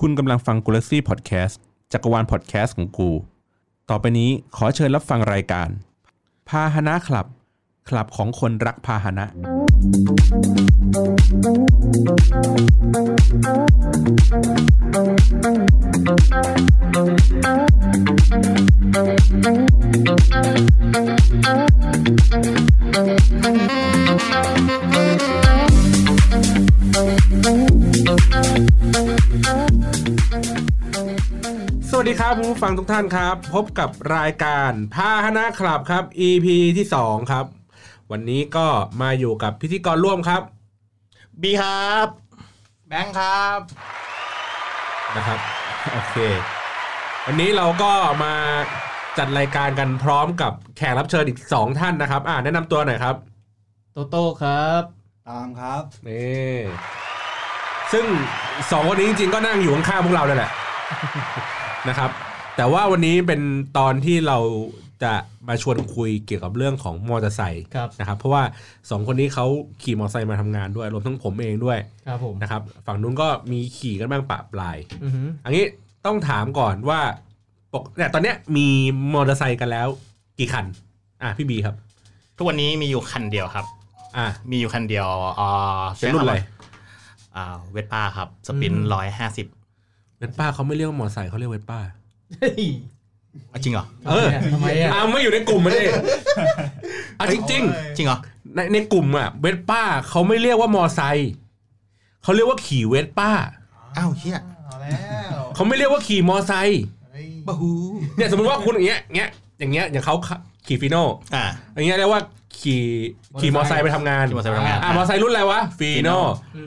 คุณกำลังฟังกูลซี่พอดแคสต์จักรวาลพอดแคสต์ของกู ต่อไปนี้ขอเชิญรับฟังรายการ พาหนะคลับ คลับของคนรักพาหนะ สวัสดีครับคุณผู้ฟังทุกท่านครับ พบกับรายการพาหนะคลับครับ EP ที่ 2 ครับ วันนี้ก็มาอยู่กับพิธีกรร่วมครับ บีครับแบงค์ครับ นะครับ โอเค วันนี้เราก็มาจัดรายการกันพร้อมกับแขกรับเชิญอีก 2 ท่านนะครับ อ่าแนะนำตัวหน่อยครับ โตโต้ครับ ตามครับ นี่ซึ่งสองคนนี้จริงๆก็นั่งอยู่ข้างๆพวกเราเลยแหละ นะครับ แต่ว่าวันนี้เป็นตอนที่เราจะมาชวนคุยเกี่ยวกับเรื่องของมอเตอร์ไซค์ ครับ นะครับ เพราะว่าสองคนนี้เขาขี่มอเตอร์ไซค์มาทำงานด้วยรวมทั้งผมเองด้วย ครับผม นะครับ ฝั่งนู้นก็มีขี่กันบ้างปะปลาย อือหือ อันนี้ต้องถามก่อนว่าปกเนี่ยตอนเนี้ยมีมอเตอร์ไซค์กันแล้ว กี่คัน อ่ะพี่บีครับ ทุกวันนี้มีอยู่คันเดียวครับ อ่ะ มีอยู่คันเดียวเอ่อ เป็นรุ่นอะไร เวทป้าครับ สปินร้อยห้าสิบ เวทป้าเขาไม่เรียกว่ามอเตอร์ไซค์เขาเรียกเวทป้า จริงเหรอ เออ ทำไมอ่ะ อ้าวไม่อยู่ในกลุ่มมัน เลยอ่ะจริง จริงเหรอ ๆ ในในกลุ่มอ่ะเวสป้าเขาไม่เรียกว่ามอไซค์เขาเรียกว่าขี่เวสป้า อ้าวเฮีย เอาแล้ว เขาไม่เรียกว่าขี่มอไซค์ เฮ้ย บะฮู เนี่ยสมมติว่าคุณอย่างเงี้ยเงี้ยอย่างเงี้ยอย่างเขาขี่ฟีโน่ อ่า อย่างเงี้ยเรียกว่าขี่ขี่มอไซค์ไปทำงาน ขี่มอไซค์ไปทำงาน อ่ะมอไซค์รุ่นอะไรวะฟีโน่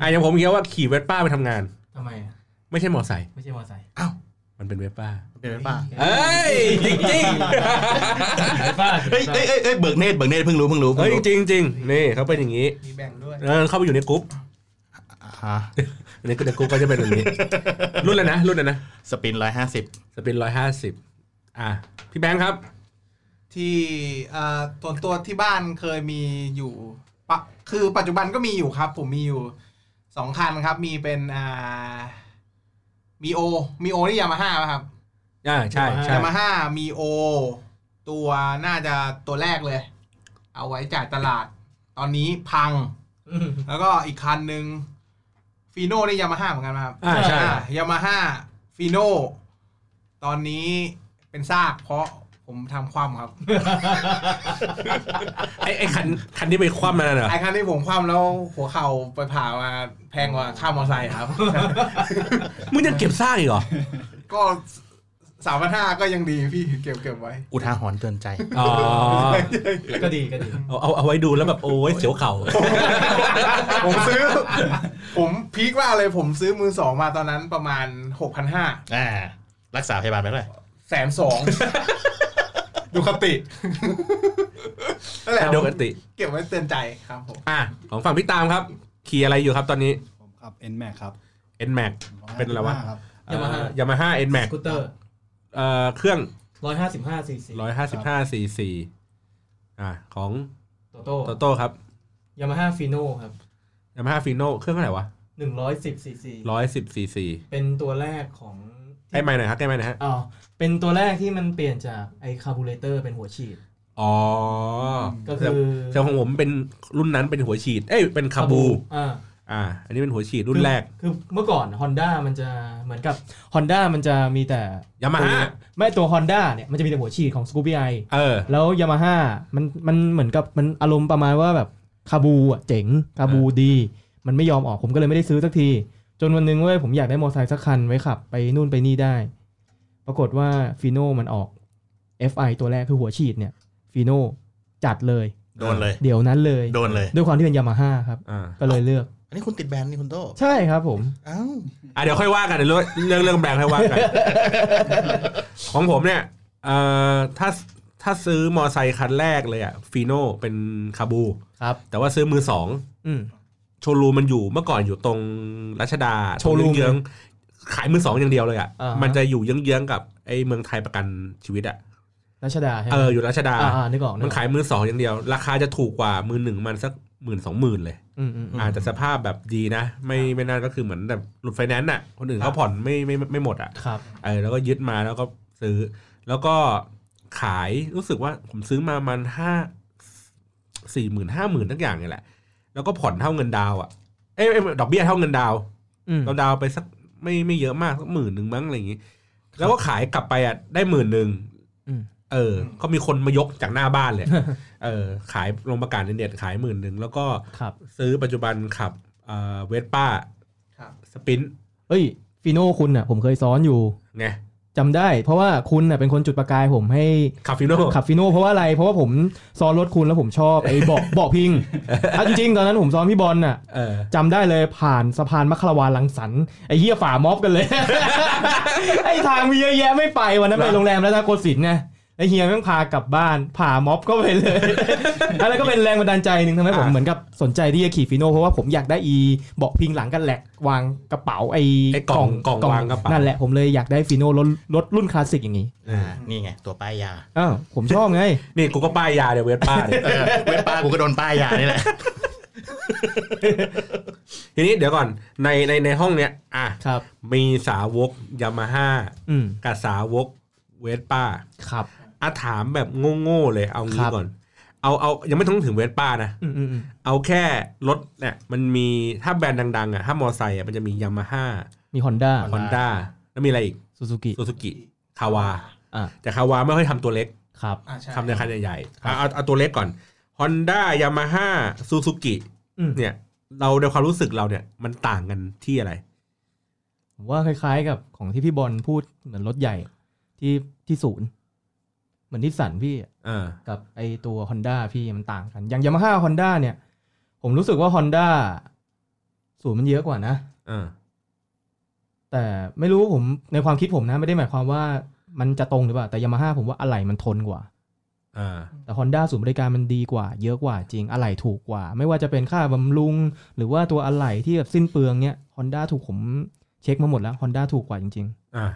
อ่ะอย่างผมเงี้ยว่าขี่เวสป้าไปทำงาน ทำไมอ่ะ ไม่ใช่มอไซค์ ไม่ใช่มอไซค์ อ้าว มันเป็นเวสป้า เป็นเวทป้า เอ้ยจริง บ้า เอ้ยเอ้ยเอ้ยเอ้ยเบิกเนตรเบิกเนตรเพิ่งรู้เพิ่งรู้ ๆเฮ้ยจริงๆจริงๆนี่เขาเป็นอย่างนี้ มีแบ่งด้วย เออเข้าไปอยู่ในกลุ่ม ฮะ อันนี้ก็เดยวกูก็จะเป็นแบบนี้ รุ่นเลยนะรุ่นเลยนะ สปินร้อยห้าสิบ จะเป็นร้อยห้าสิบอ่ะพี่แบงค์ครับ ที่เอ่อส่วนตัวที่บ้านเคยมีอยู่ปะคือปัจจุบันก็มีอยู่ครับ ผมมีอยู่สองคันครับ มีเป็นอ่ามีโอมีโอที่ยามาฮ่าครับ อ่าใช่ใช่ ยามาฮ่ามีโอตัวน่าจะตัวแรกเลย เอาไว้จ่ายตลาด ตอนนี้พัง แล้วก็อีกคันหนึ่งฟีโน่ได้ยามาฮ่าเหมือนกันไหมครับ อ่าใช่ ยามาฮ่าฟีโนตอนนี้เป็นซากเพราะผมทำคว่ำครับ ไอไอคันคันที่ไปคว่ำนั่นน่ะเหรอ ไอ้คันที่ผมคว่ำแล้วหัวเข่าไปผ่ามาแพงกว่าค่ามอเตอร์ไซค์ครับ มึงยังเก็บซากอีกเหรอ ก็สามพันห้าก็ยังดีพี่เก็บเก็บไว้ อุทาหรณ์เตือนใจ อ๋อ ก็ดีก็ดี เอาเอาเอาไว้ดูแล้วแบบโอ้ยเสียวเข่า ผมซื้อ ผมพีคว่ากเลยผมซื้อมือสองมาตอนนั้นประมาณหกพันห้า อ่า รักษาพยาบาลไปเท่าไหร่ แสนสอง ดูคติ นั่นแหละ ปกติ เก็บไว้เตือนใจครับผม อ่ะของฝั่งพี่ตามครับ ขี่อะไรอยู่ครับตอนนี้ ผมขับ N Max ครับ N Max เป็นอะไรวะ 155ครับ Yamaha Yamaha N Max สกูเตอร์ เอ่อเครื่อง ร้อยห้าสิบห้าซีซี ร้อยห้าสิบห้าซีซีอ่ะของ โตโต้ โตโต้ครับ ยามาฮ่าฟีโน่ครับ ยามาฮ่าฟีโน่เครื่องเท่าไหร่วะ หนึ่งร้อยสิบซีซี ร้อยสิบซีซี เป็นตัวแรกของ ใกล้ไมค์หน่อยครับใกล้ไมค์หน่อยฮะ อ๋อเป็นตัวแรกที่มันเปลี่ยนจากไอคาร์บูเรเตอร์เป็นหัวฉีด อ๋อ ก็คือ แต่ของผมเป็นรุ่นนั้นเป็นหัวฉีด เอ้ย เป็นคาบู อ่า อ่า อันนี้เป็นหัวฉีดรุ่นแรก คือคือเมื่อก่อน Honda มันจะเหมือนกับ Honda มันจะมีแต่ Yamaha ตัวไม่ตัว Honda เนี่ยมันจะมีแต่หัวฉีดของ Scoopy i เออ แล้ว Yamaha มันมันเหมือนกับมันอารมณ์ประมาณว่าแบบคาบูอ่ะเจ๋งคาบูดี มันไม่ยอมออกผมก็เลยไม่ได้ซื้อสักที จนวันหนึงเว้ยผมอยากได้มอเตอร์ไซค์สักคันไว้ขับ ไปนู่นไปนี่ได้ ปรากฏว่าฟีโน่มันออก FI ตัวแรกคือหัวฉีดเนี่ยฟีโน่จัดเลย โดนเลย เดี๋ยวนั้นเลย โดนเลย ด้วยความที่เป็น Yamaha ครับ อ่า ก็เลยเลือก อันนี้คุณติดแบรนด์นี่คุณโต ใช่ครับผม อ้าว อ่ะเดี๋ยวค่อยว่ากันเดี๋ยวเรื่องเรื่องแบรนด์ค่อยว่ากัน ของผมเนี่ย เอ่อ ถ้า ถ้าซื้อมอไซค์คันแรกเลยอ่ะฟีโน่เป็นคาบู ครับ แต่ว่าซื้อมือสอง อืม โชว์รูมมันอยู่เมื่อก่อนอยู่ตรงรัชดา โชว์รูตมงเยื้องๆขายมือสองอย่างเดียวเลยอ่ะ อ่าฮะ มันจะอยู่เยื้องๆกับไอ้เมืองไทยประกันชีวิตอ่ะ รัชดาใช่ไหม เออ อยู่รัชดา อ่าๆนึกออก มัน กออก ขายมือสองอย่างเดียว ราคาจะถูกกว่ามือหนึ่งมันสักหมื่นสองหมื่นเลย อืมอืมอืม อาจจะสภาพแบบดีนะ ไม่ไม่น่าก็คือเหมือนแบบหลุดไฟแนนซ์อ่ะ คนอื่นเขาผ่อนไม่ไม่ไม่ไม่หมดอ่ะ ครับ เออแล้วก็ยึดมาแล้วก็ซื้อ แล้วก็ขายรู้สึกว่าผมซื้อมามันห้าสี่หมื่นห้าหมื่นทั้งอย่างเนี่ยแหละ แล้วก็ผ่อนเท่าเงินดาวน์อ่ะเอ้ยเอ้ยดอกเบี้ยเท่าเงินดาวน์ อืม เราดาวน์ไปสักไม่ไม่เยอะมากสักหมื่นหนึ่งมั้งอะไรอย่างงี้ แล้วก็ขายกลับไปอ่ะได้หมื่นหนึ่ง อืม เออ ม ก็มีคนมายกจากหน้าบ้านเลย เออ ขายลงประกาศในเน็ตขายหมื่นหนึ่งแล้วก็ ครับ ซื้อปัจจุบันขับเวสป้า ครับ สปิน เอ้ยฟิโน่คุณอ่ะ ผมเคยซ้อนอยู่ ไง จำได้ เพราะว่าคุณอ่ะเป็นคนจุดประกายผมให้ ขับฟิโน่ ขับฟิโน่เพราะว่าอะไร เพราะว่าผมซ้อนรถคุณแล้วผมชอบไอ้เบาะ เบาะ พิงอ่ะจริงๆตอนนั้นผมซ้อนพี่บอลน่ะ เออ จำได้เลยผ่านสะพานมัคคารวานลังสรรค์ไอ้เหี้ยฝ่าม็อบกันเลย ไอ้ทางมีเยอะแยะไม่ไปวันนั้น เหร ไป อ โรงแรมแล้วนะโกสินทร์ไงไอ้เฮียแม่งพากลับบ้านผ่าม็อบก็ไปเลย อะไรก็เป็นแรงบันดาลใจหนึ่งทำให้ผมเหมือนกับสนใจที่จะขี่ฟิโน่เพราะว่าผมอยากได้อีเบาะพิงหลังกันแหลกวางกระเป๋าไอ้ ไอ้กล่องกล่องวางกระเป๋านั่ นแหละผมเลยอยากได้ฟิโน่รถรถรุ่นคลาสสิกอย่างนี้ อ่า นี่ไง ตัวป้ายยา อ้าวผมชอบไง นี่กูก็ป้ายยาเดี๋ยวเวสป้าเนี่ย เออเว็บป้ากูก็โดนป้ายยานี่แหละ ทีนี้เดี๋ยวก่อนในในในห้องเนี้ยอ่ะ ครับ มีสาวกยามาฮ่า อืม กับสาวกเวสป้า ครับ อาถามแบบโง่ๆเลยเอา ครั งี้ บ ก่อน เอาเอายังไม่ต้องถึงเวสป้านะ อืมอืมอืม เอาแค่รถเนี่ยมันมีถ้าแบรนด์ดัง ๆอ่ะถ้ามอไซค์อ่ะมันจะมียามาฮ่า มีฮอนด้า Honda ฮอนด้าแล้วมีอะไรอีก ซูซูกิ ซูซูกิคาวา อ่ะ แต่คาวาไม่ค่อยทำตัวเล็ก ครับ อ่าใช่ ทำในคันใหญ่ๆเอาเอาเอาตัวเล็กก่อนฮอนด้ายามาฮ่าซูซูกิ อืม เนี่ย เราในความรู้สึกเราเนี่ยมันต่างกันที่อะไร ผมว่าคล้ายๆกับของที่พี่บอลพูดเหมือนรถใหญ่ที่ที่ศูนย์เหมือนนิสสันพี่อะ อ่า กับไอตัว Honda พี่มันต่างกัน อย่าง Yamaha Honda เนี่ย ผมรู้สึกว่า Honda ศูนย์มันเยอะกว่านะ อ่า แต่ไม่รู้ผมในความคิดผมนะ ไม่ได้หมายความว่ามันจะตรงหรือเปล่า แต่ Yamaha ผมว่าอะไหล่มันทนกว่า อ่า แต่ Honda ศูนย์บริการมันดีกว่า เยอะกว่าจริงอะไหล่ถูกกว่า ไม่ว่าจะเป็นค่าบำรุง หรือว่าตัวอะไหล่ที่แบบสิ้นเปลืองเนี่ย Honda ถูกผมเช็คมาหมดแล้ว Honda ถูกกว่าจริง อ่า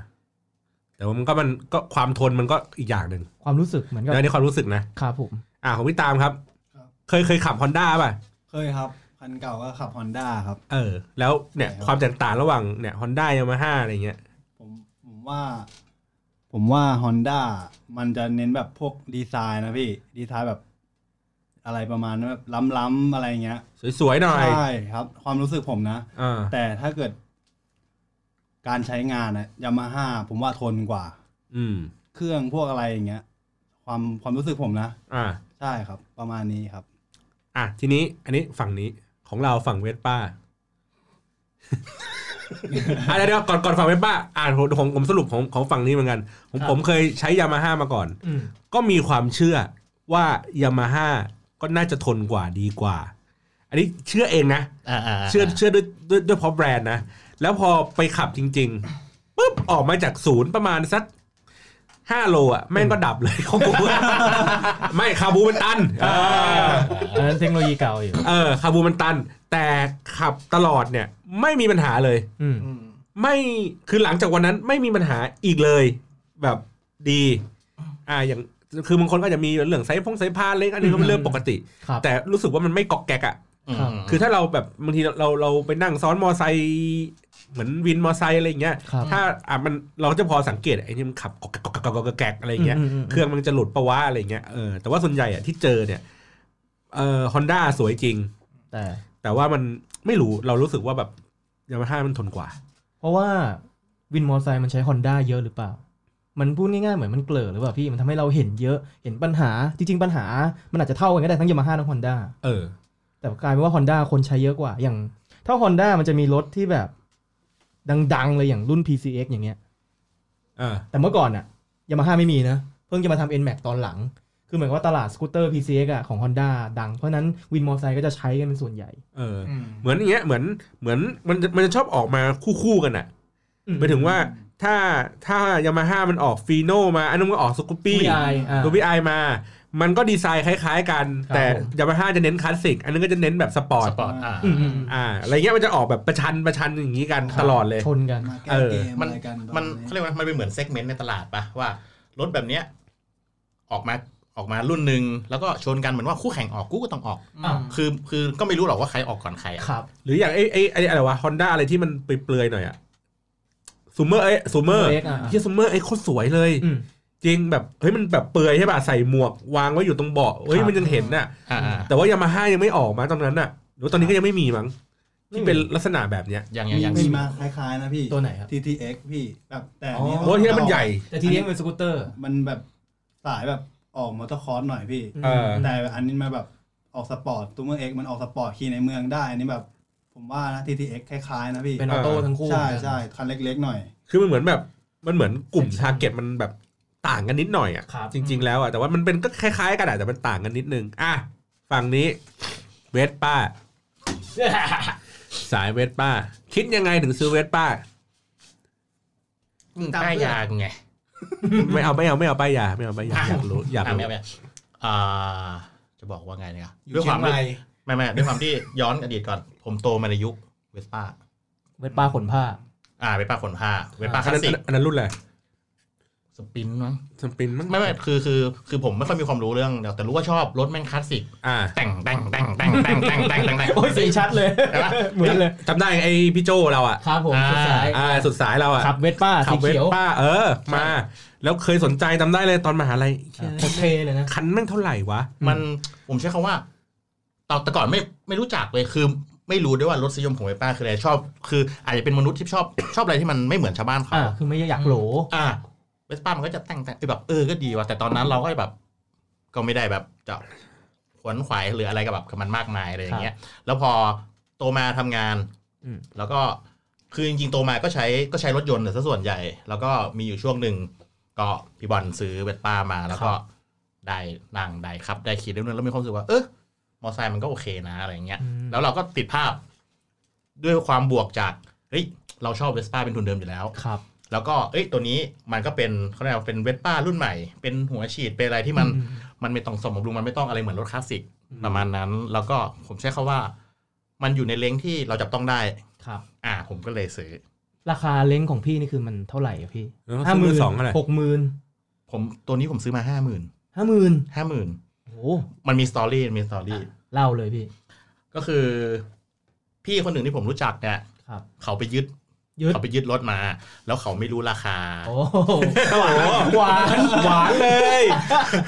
แต่ว่ามันก็มันก็ความทนมันก็อีกอย่างหนึ่ง ๆ ความรู้สึกเหมือนกับ นะอันนี้ความรู้สึกนะ ครับผม อ่าของพี่ตามครับ ครับ เคยเคยขับฮอนด้าป่ะ เคยครับ คันเก่าก็ขับฮอนด้าครับ เออ แล้วเนี่ย ใช่ครับ ความแตกต่างระหว่างเนี่ยฮอนด้ายามาฮ่าอะไรเงี้ย ผมผมว่า ผมว่าฮอนด้ามันจะเน้นแบบพวกดีไซน์นะพี่ ดีไซน์แบบ อะไรประมาณนั้นแบบล้ำๆอะไรเงี้ย สวยๆหน่อย ใช่ครับ ความรู้สึกผมนะ อ่า แต่ถ้าเกิด การใช้งานนะยามาฮ่าผมว่าทนกว่า อืม เครื่องพวกอะไรอย่างเงี้ย ความความรู้สึกผมนะ อ่า ใช่ครับ ประมาณนี้ครับ อ่ะทีนี้ อันนี้ฝั่งนี้ของเราฝั่งเวส ป้า อ่ะเดี๋ยวๆก่อนก่อนฝั่งเวสป้า อ่าผมผมผมสรุปของของฝั่งนี้เหมือนกัน ผม ครับ ผมเคยใช้ยามาฮ่ามาก่อน อืม ก็มีความเชื่อว่ายามาฮ่าก็น่าจะทนกว่าดีกว่า อันนี้เชื่อเองนะ อ่าๆๆ เชื่อเชื่อด้วยด้วยด้วยเพราะแบรนด์นะ แล้วพอไปขับจริงๆปุ๊บออกมาจากศูนย์ประมาณสักห้าโลอ่ะ แม่งก็ดับเลยของกู ไม่คาบูมันตัน เออ อันนั้นเทคโนโลยีเก่าอยู่ เออคาบูมันตัน แต่ขับตลอดเนี่ย ไม่มีปัญหาเลย อืม อืม ไม่คือหลังจากวันนั้นไม่มีปัญหาอีกเลย แบบดี อ่าอย่างคือบางคนก็อาจจะมีเรื่องสายพงสายพานเล็กอันนี้ก็เป็นเรื่องปกติ ครับ แต่รู้สึกว่ามันไม่กอกแกกอ่ะ อืม คือถ้าเราแบบบางทีเราเราเราไปนั่งซ้อนมอไซค์เหมือนวินมอไซค์อะไรอย่างเงี้ย ครับ ถ้าอ่ะมันเราจะพอสังเกตไอ้นี่มันขับกอกแกกกอกแกกกอกแกกอะไรอย่างเงี้ย มมม เครื่องมันจะหลุดปะวะอะไรอย่างเงี้ยเออแต่ว่าส่วนใหญ่อ่ะที่เจอเนี่ยเอ่อฮอนด้าสวยจริง แต่ แต่ว่ามันไม่รู้เรารู้สึกว่าแบบยามาฮ่ามันทนกว่า เพราะว่าวินมอเตอร์ไซค์มันใช้ฮอนด้าเยอะหรือเปล่า มันพูดง่ายๆเหมือนมันเกลอหรือเปล่าพี่ มันทำให้เราเห็นเยอะ เห็นปัญหา จริงๆ ปัญหา มันอาจจะเท่ากันก็ได้ทั้งยามาฮ่าทั้งฮอนด้า เออ แต่กลายเป็นว่าฮอนด้าคนใช้เยอะกว่า อย่างถ้าฮอนด้ามันจะมีรถที่แบบ ดังๆ เลยอย่างรุ่น PCX อย่างเงี้ย อ่า แต่เมื่อก่อนอะยามาฮ่าไม่มีนะ เพิ่งจะมาทำ NMAX ตอนหลัง คือเหมือนกับว่าตลาดสกูตเตอร์ PCX อะของ Honda ดัง เพราะฉะนั้นวินมอเตอร์ไซค์ก็จะใช้กันเป็นส่วนใหญ่ เออ อืม เหมือนอย่างเงี้ยเหมือนเหมือนมันจะมันจะชอบออกมาคู่ๆกันอ่ะหมายถึงว่าถ้าถ้ายามาฮ่ามันออกฟีโนมาอันนั้นมันก็ออกสกูปปี้ ไออ่า ตัวพี่ไอมา มันก็ดีไซน์คล้ายๆกัน ครับ แต่ ผม ยามาฮ่าจะเน้นคลาสสิก อันนั้นก็จะเน้นแบบสปอร์ต สปอร์ตอ่า อืมอืมอืม อ่า อะไรเงี้ยมันจะออกแบบประชันประชันอย่างนี้กันตลอดเลย ชนกัน มาแก้ เออ เกม มั อะ น ไรกัน มัน ประาณ เขาเรียกว่ามันเป็นเหมือนเซกเมนต์ในตลาดปะว่ารถแบบเนี้ยออกมาอ ออกมารุ่นหนึ่งแล้วก็ชนกันเหมือนว่าคู่แข่งออกกูก็ต้องออก คือคือก็ไม่รู้หรอกว่าใครออกก่อนใครอะ ครับ หรืออย่างไอ้ไอ้ไอ้อะไรวะฮอนด้าอะไรที่มันเปลือยๆหน่อยอะซูเมอร์ไอ้ซูเมอร์ Sumer X อะ ที่ซูเมอร์ไอ้โคตรสวยเลย อืม จริงแบบเฮ้ยมันแบบเปลือยใช่ป่ะใส่หมวกวางไว้อยู่ตรงเบาะเฮ้คยรับ มันยังเห็นน่ะ อ่า แต่ว่ายามาฮ่ายังไม่ออกมาตอนนั้นน่ะหรือตอนนี้ก็ยังไม่มีมั้งที่เป็นลักษณะแบบเนี้ย อย่างอย่างอย่าง มีมาคล้ายๆนะพี่ ตัวไหนครับ TTX พี่แบบแต่ อ๋อ นี่ เพราะที่นั่นมันใหญ่ แต่ทีนี้มันเป็นสกูตเตอร์ มันแบบสายแบบออกมอเตอร์คอร์สหน่อยพี่ เออ แต่อันนี้มาแบบออกสปอร์ตตัวเมืองเอกมันออกสปอร์ตขี่ในเมืองได้อันนี้แบบ ผมว่านะ TTX คล้ายๆนะพี่ เป็นออโต้ทั้งคู่ ใช่ นะ ใช่คันเล็กๆหน่อย คือมันเหมือนแบบมันเหมือนกลุ่มทาร์เก็ตมันแบบต่างกันนิดหน่อยอ่ะ ครับ จริง ๆ แล้วอ่ะแต่ว่ามันเป็นก็คล้ายๆกันอะแต่มันต่างกันนิดนึงอ่ะฝั่งนี้เวสป้า สายเวสป้า คิดยังไงถึงซื้อเวสป้า มึงป้ายยากูไง ไม่เอาไม่เอาไม่เอาป้ายยาไม่เอาป้ายยาอยากรู้อยาก อ่ะ รู้ ไม่ไม่อ่าจะบอกว่าไงเนี่ย อยู่ ด้วย เชียวคาง ม ใหม่ ไม่ไม่ด้วยความที่ย้อนอดีตก่อน ผมโตมาในยุคเวสป้า เวทป้าขนผ้า อ่าเวสป้าขนผ้าเวสป้าค อัน ลา นั้ ส น สิก อันนั้นรุ่นอะไร สปินมั้ง สปินมั้ง ไม่ไม่คือคือคือผมไม่ค่อยมีความรู้เรื่องเดี๋ยวแต่รู้ว่าชอบรถแม่งคลาสสิก อ่า แต่งแต่งแต่งแต่งแต่งแต่งแต่งแต่งแต่ง โอ้ยสีชัดเลย เห็นปะ เหมือนเลย จำได้ไอ้พี่โจเราอ่ะ ครับผม อ่า สุดสาย อ่าสุดสายเราอ่ะ ขับเวทป้าสี เวส เขียว ป้าเออ มา แล้วเคยสนใจจำได้เลยตอนมหาลัย โคตรเทเลยนะ คันแม่งเท่าไหร่วะ มันผมใช้คำว่าตอนแต่ก่อนไม่ไม่รู้จักเลยคือ ไม่รู้ด้วยว่ารสนิยมของไอ้ป้าคืออะไรชอบ คืออาจจะเป็นมนุษย์ที่ชอบ ชอบอะไรที่มันไม่เหมือนชาวบ้านเขา อ่าคือไม่อยากโหล อ่าเวสป้ามันก็จะแต่งแต่งเออแบบเออก็ดีว่ะแต่ตอนนั้นเราก็แบบ ก็ไม่ได้แบบจะขวนขวายหรืออะไรกับแบบกับมันมากมายอะไรอย่างเงี้ย แล้วพอโตมาทำงาน อืม แล้วก็คือจริงๆโตมาก็ใช้ก็ใช้รถยนต์ซะส่วนใหญ่ แล้วก็มีอยู่ช่วงหนึ่งก็พี่บอลซื้อเวสป้ามาแล้วก็ได้นั่งได้ครับ ได้ขี่เรื่องนึงแล้วมีความรู้สึกว่าเออมอไซค์มันก็โอเคนะอะไรอย่างเงี้ย อืม แล้วเราก็ติดภาพด้วยความบวกจากเฮ้ยเราชอบเวสป้าเป็นทุนเดิมอยู่แล้ว ครับ แล้วก็เอ้ยตัวนี้มันก็เป็นเขาเรียกว่าเป็นเวสป้ารุ่นใหม่ เป็นหัวฉีดเป็นอะไรที่มัน มันไม่ต้องสมบำรุงมันไม่ต้องอะไรเหมือนรถคลาสสิก อืม ประมาณนั้น แล้วก็ผมใช้คาว่า มันอยู่ในเลงที่เราจับต้องได้ ครับ อ่า ผมก็เลยซื้อ ราคาเล้งของพี่นี่คือมันเท่าไหร่อะพี่ เออ ห้าหมื่น ซื้อมือสองอะไร หกหมื่น ผมตัวนี้ผมซื้อมาห้าหมื่น ห้าหมื่น ห้าหมื่น โอ้โห มันมีสตอรี่มีสตอรี่ เล่าเลยพี่ ก็คือ พี่คนหนึ่งที่ผมรู้จักเนี่ย ครับ เขาไปยึด ยึด เขาไปยึดรถมา แล้วเขาไม่รู้ราคา โอ้โหหวานหวาน เลย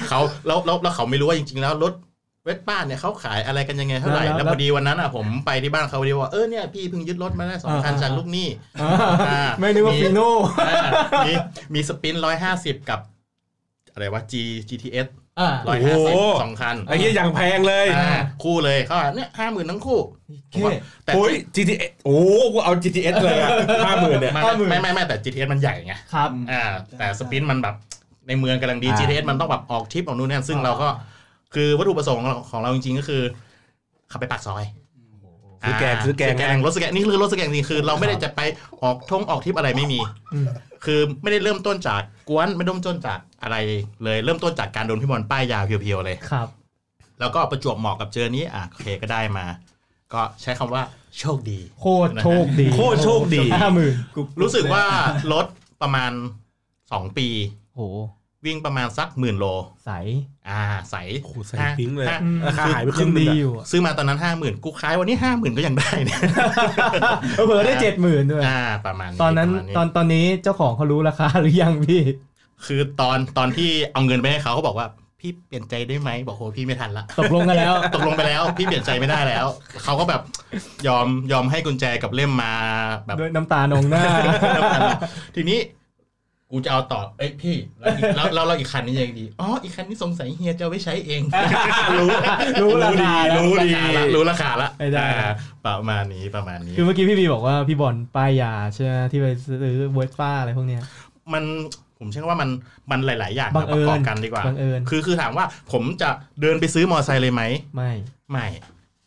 เขาแล้วแล้วแล้วเขาไม่รู้ว่าจริงๆแล้วรถเวสป้าเนี่ยเขาขายอะไรกันยังไงเท่าไหร่แล้วพอดีวันนั้นอ่ะผมไปที่บ้านเขาพอดีว่าเออเนี่ยพี่เพิ่งยึดรถมาได้สองคันจากลูกหนี้อ่า ไม่นึกว่าฟีโน่ อ่ามีมีสปินร้อยห้าสิบกับ อะไรวะ G GTS อ่า ร้อยห้าสิบสองคัน ไอ้เหี้ยอย่างแพงเลย อ่าคู่เลยเขาบอกเนี่ยห้าหมื่นทั้งคู่ เท่ แต่ โอ้ย GTS โอ้กูเอา GTS เลยอะห้าหมื่นเนี่ย ไม่ไม่ไม่ไม่แต่ GTS มันใหญ่ไง ครับ อ่า แต่สปินมันแบบในเมืองกำลังดี อ่า GTS มันต้องแบบออกทริปออกนู่นนี่นั่นซึ่งเราก็ คือวัตถุประสงค์ของเราของเราจริงๆก็คือ ขับไปปากซอย ซื้อแกง า ซื้อแกง รถสแกงนี่คือรถสแกงจริงคือ เราไม่ได้จะไปออกท่องออกทริปอะไรไม่มี อืม คือไม่ได้เริ่มต้นจากกวนไม่ได้เริ่มต้นจากอะไรเลย เริ่มต้นจากการโดนพี่บอลป้ายยาเพียวๆเลย ครับ แล้วก็ประจวบเหมาะกับเจอนี้อ่ะโอเคก็ได้มา ก็ใช้คำว่าโชคดี โคตรโชคดี โคตรโชคดี ห้าหมื่น รู้สึกว่ารถประมาณ 2 ปี โห วิ่งประมาณสักหมื่นโล ใส อ่าใส โอ้โหใส่ปิ๊งเลย ห้า ราคาหายไปครึ่งหนึ ดี งอะ อยู่อะ ซื้อมาตอนนั้นห้าหมื่นกูขายวันนี้ห้าหมื่นก็ยังได้เนี่ย เผลอๆได้เจ็ดหมื่นด้วย อ่าประมาณ ตอนนั้น ประมาณ ตอนตอนนี้เจ้าของเขารู้ราคาหรือยังพี่ คือตอนตอนที่เอาเงินไปให้เขาเขาบอกว่าพี่เปลี่ยนใจได้ไหมบอกโหพี่ไม่ทันละ ตกลงกันแล้ว ตกลงไปแล้วพี่เปลี่ยนใจไม่ได้แล้ว เขาก็แบบยอมยอมให้กุญแจกับเล่มมาแบบ ด้วยน้ำตานองหน้า ทีนี้กูจะเอาต่อเอ้ยพี่แล้วแล้วเราอีกคันนี้ยังดีอ๋ออีกคันนี้สงสัยเฮียจะเอาไว้ใช้เอง รู้ รู้ราคาแล้ว รู้ดีรู้ราคาละ ไม่ได้ อ่าประมาณนี้ประมาณนี้ คือเมื่อกี้พี่บีบอกว่าพี่บอลป้ายยาใช่ไหมที่ไปซื้อเวสป้าอะไรพวกเนี้ย มันผมเชื่อว่ามันมันหลาย ๆ อย่าง บังเอิญประกอบกันดีกว่า บังเอิญ คือคือถามว่าผมจะเดินไปซื้อมอไซค์เลยไหม ไม่ ไม่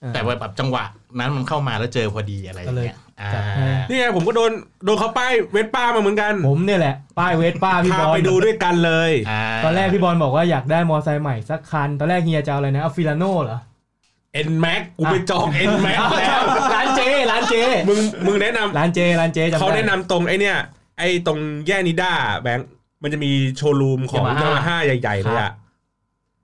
อ่า แต่ว่าแบบจังหวะนั้นมันเข้ามาแล้วเจอพอดีอะไรอย่างเงี้ยอ่า จัดให้ นี่ไงผมก็โดนโดนเขาป้ายเวทป้ามาเหมือนกัน ผมเนี่ยแหละ ป้ายเวสป้าพี่ พา บอล ไปดูด้วยกันเลย า ตอนแรกพี่บอลบอกว่าอยากได้มอไซค์ใหม่สักคัน ตอนแรกเฮียจะเอาอะไรนะเอาฟิลาโน่เหรอ N Max กูไปจอง N Max แล้ว ร้านเจร้านเจ มึงมึงแนะนำ ร้านเจร้านเจจำได้ เขาแนะนำตรงไอ้เนี่ยไอ้ตรงแย่นิด้าแบงค์มันจะมีโชว์รูมของ Yamaha ยามาฮ่าใหญ่ ๆ เลยอะ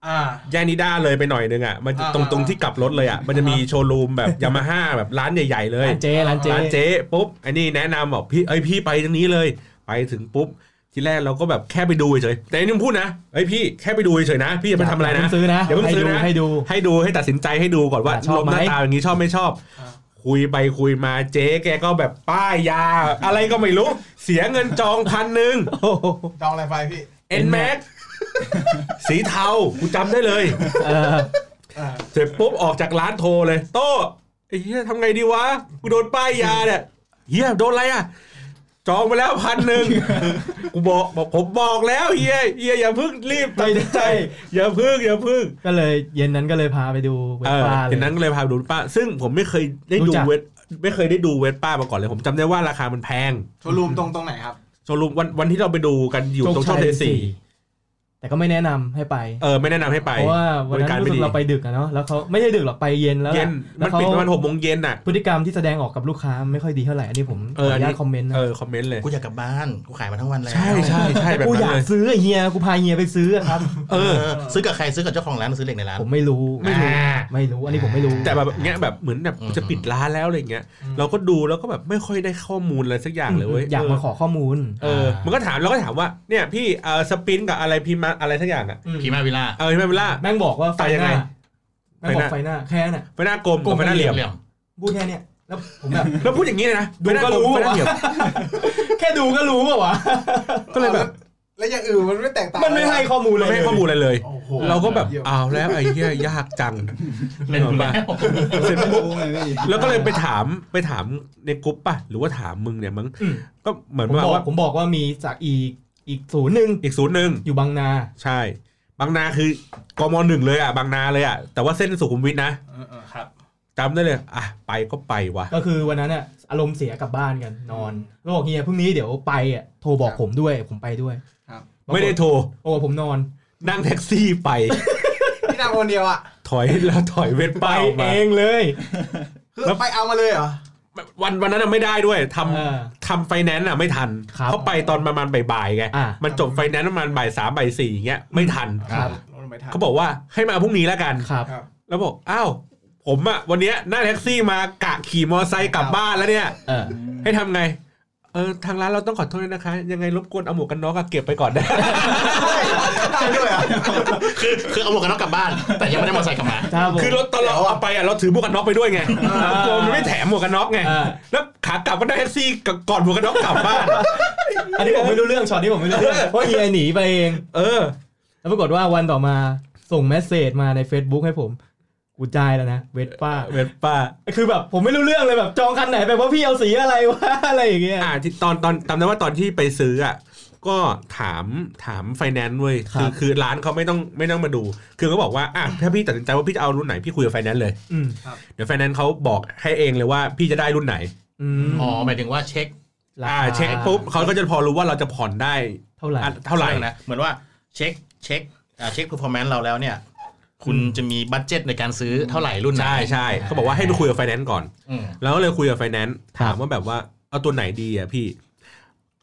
อ่า ย่านนิด้าเลยไปหน่อยนึงอ่ะมันจะ อ่า ตรง อ่า ตรงที่กลับรถเลยอ่ะมันจะมีโชว์รูมแบบยามาฮ่าแบบร้านใหญ่ๆเลย ร้านเจร้านเจ ร้านเจ๊ปุ๊บไอ้นี่แนะนำบอกพี่เอ้ยพี่ไปตรงนี้เลย ไปถึงปุ๊บทีแรกเราก็แบบแค่ไปดูเฉยแต่อันนี่มึงพูดนะเอ้ยพี่แค่ไปดูเฉยนะ พี่อย่าไปทำอะไรนะ ย่าเพิ่งซื้อนะ อย่าเพิ่งซื้อนะ ให้ดูให้ดู ให้ดูให้ตัดสินใจให้ดูก่อนว่า ชอบ ลมหน้า ไหม ตาอย่างนี้ชอบไม่ชอบ อ่า คุยไปคุยมาเจ๊แกก็แบบป้ายยา อะไรก็ไม่รู้ เสียเงินจองพันหนึ่ง โอ้โห จองอะไรไปพี่ เอ็นแม็กสีเทากูจำได้เลย เออ อ่า เสร็จปุ๊บออกจากร้านโทรเลย โต้ไอ้เหี้ยทำไงดีวะกูโดนป้ายยาเนี่ยเหี้ยโดนอะไรอ่ะ จองไปแล้วพันหนึ่ง กูบอกบอกผมบอกแล้วเหี้ยเหี้ยอย่าเพิ่งรีบตัดสินใจ อย่าเพิ่งอย่าเพิ่ง ก็เลยเย็นนั้นก็เลยพาไปดูเว เอ ท อ ป้าเล ที ย นั้นก็เลยพาไปดูป้า ซึ่งผมไม่เคยได้ดูรู้จัก เวทไม่เคยได้ดูเวทป้ามาก่อนเลย ผมจำได้ว่าราคามันแพง โชว์รูมตรงตรงไหนครับ โชว์รูมวันวันที่เราไปดูกันอยู่ตรงช่องเทสี่ แต่ก็ไม่แนะนำให้ไป เออไม่แนะนำให้ไป เพราะว่าวัน บริ นั้ การ นรู้ ไม่ดีสึกเราไปดึกอะเนาะแล้วเขาไม่ได้ดึกหรอกไปเย็นแล้ว เย็น แล้ มั วน เขา ปิดประมาณหกโมงเย็นน่ะ พฤติกรรมที่แสดงออกกับลูกค้าไม่ค่อยดีเท่าไหร่อันนี้ผมข เอ อ ออั อน นุ นี้ ญาตคอมเมนต์นะ เออคอมเมนต์เลย กูอยากกลับบ้านกูขายมาทั้งวันแล้ว ใช่ใช่ใช่แบบ กู นั้ อน ยาก เลย ซื้อไอ้เฮียกูพาเฮียไปซื้ออะครับ เออ เออซื้อกับใครซื้อกับเจ้าของร้านหรือซื้อเหล็กในร้าน ผมไม่รู้ไม่รู้ อ่า ไม่รู้อันนี้ผมไม่รู้ แต่แบบเงี้ยแบบเหมือนแบบ อืม จะปิดร้านแล้วอะไรเงี้ย อืม เราก็ดูแล้วก็แบบไม่ค่อยได้ข้อมูลอะไรสักอย่างเลยเว้ย อยากมาขอข้อมูล เออมันก็ถามเราก็ถามว่าเนี่ยพี่เออสปินกับอะไรพิมพ์มาอะไรสักอย่างอ่ะ อืม พีมาวิลล่า เออใช่ไหมเวลา แม่งบอกว่าไฟ ตายยั ห งไง น้าแม่งบอก ไฟ ไฟ ห ห น้า น้าแค่น่ะ ไปหน้ากลม กล กับ ม ไปหน้าเหลี่ยม ลี่ยม พูดแค่เนี้ยแล้วผมแบบ แล้วพูดอย่างนี้เลยนะ ดูก็รู้ ไปหน้าเหลี่ยม แค่ดูก็รู้ป่าวะ ก็เลยแบบ แล้วอย่างอื่นมันไม่แตกต่าง มันไม่ให้ข้อมูลเลย ไม่ให้ข้อมูลอะไรเลย โอ้โห เราก็แบบ เยี่ยม อ้าวแล้วไอ้เหี้ยยากจัง เล่นอยู่แล้ว เสร็จปุ๊บ รู้ไงพี่ แล้วก็เลยไปถามไปถามในกรุ๊ปป่ะหรือว่าถามมึงเนี่ยมึง อืม ก็เหมือน ผม ประมา บ ณ อก ว่า ผมบอกว่ามีจากอีกอีกศูนย์หนึ่ง อีกศูนย์หนึ่ง อยู่บางนา ใช่ บางนาคือกมหนึ่งเลยอ่ะ บางนาเลยอ่ะ แต่ว่าเส้นสุขุมวิทนะ เออเออครับ จำได้เลย อ่ะ ไปก็ไปวะ ก็คือวันนั้นน่ะอารมณ์เสียกลับบ้านกันนอนแล้วบอกเฮียพรุ่งนี้เดี๋ยวไปอ่ะโทรบอกผมด้วยผมไปด้วย ครับ ปรากฏ ไม่ได้โทร โอ้ผมนอน นั่งแท็กซี่ไป พี่นางคนเดียวอ่ะ ถอยแล้วถอยเวท ไป ป้ายออก เอ มาง เลย คือไปเอามาเลยเหรอ วันวันนั้นนะไม่ได้ด้วยทำ เออ ทำไฟแนนซ์อ่ะไม่ทัน ครับ เขาไปตอนประมาณบ่ายๆไง อ่ะ มันจบไฟแนนซ์ประมาณบ่ายสามบ่ายสี่อย่างเงี้ยไม่ทัน ครับ รถไม่ทัน เขาบอกว่าให้มาพรุ่งนี้แล้วกัน ครับ ครับ แล้วบอกอ้าวผมอ่ะวันเนี้ยนั่งแท็กซี่มากะขี่มอไซค์กลับบ้านแล้วเนี่ย เออ ให้ทำไง เออทางร้านเราต้องขอโทษด้วยนะคะ ยังไงรบกวนเอาหมวกกันน็อกอะเก็บไปก่อนได้ ได้ด้วยเหรอ่ะ คือคือเอาหมวกกันน็อกกลับบ้าน แต่ยังไม่ได้มอเตอร์ไซค์กลับมา ถ้าผม คือรถตอนเราเอาไปอะเราถือหมวกกันน็อกไปด้วยไงกลัวมันไม่แถมหมวกกันน็อกไง อ่า แล้วขากลับก็ได้แท็กซี่กับก่อนหมวกกันน็อกกลับบ้าน อันนี้ผมไม่รู้เรื่องช็อตนี้ผมไม่รู้เรื่อง เพราะเฮียหนีไปเอง เออ แล้วปรากฏว่าวันต่อมาส่งเมสเซจมาใน Facebook ให้ผม กูจ่ายแล้วนะเวทป้า เวทป้า คือแบบผมไม่รู้เรื่องเลยแบบจองคันไหนไปว่าพี่เอาสีอะไรวะ อะไรอย่างเงี้ย อ่าที่ตอนตอนจำได้ว่าตอนที่ไปซื้ออะก็ถามถามไฟแนนซ์เว้ย ครับ คือคือร้านเขาไม่ต้องไม่ต้องมาดู คือเขาบอกว่าอ่ะถ้าพี่ตัดสินใจว่าพี่จะเอารุ่นไหนพี่คุยกับไฟแนนซ์เลย อืม เดี๋ยวไฟแนนซ์เขาบอกให้เองเลยว่าพี่จะได้รุ่นไหน อืม อ๋อหมายถึงว่าเช็ค อ่าเช็คปุ๊บเขาก็จะพอรู้ว่าเราจะผ่อนได้ เท่าไหร่ อ่ะเท่าไหร่ นะ เหมือนว่าเช็คเช็คอ่าเช็ค performance เราแล้วเนี่ย คุณจะมีบัตเจ็ตในการซื้อเท่าไหร่รุ่นไหน ใช่ใช่เขาบอกว่าให้ไปคุยกับไฟแนนซ์ก่อน อืม แล้วก็เลยคุยกับไฟแนนซ์ถามว่าแบบว่าเอาตัวไหนดีอ่ะพี่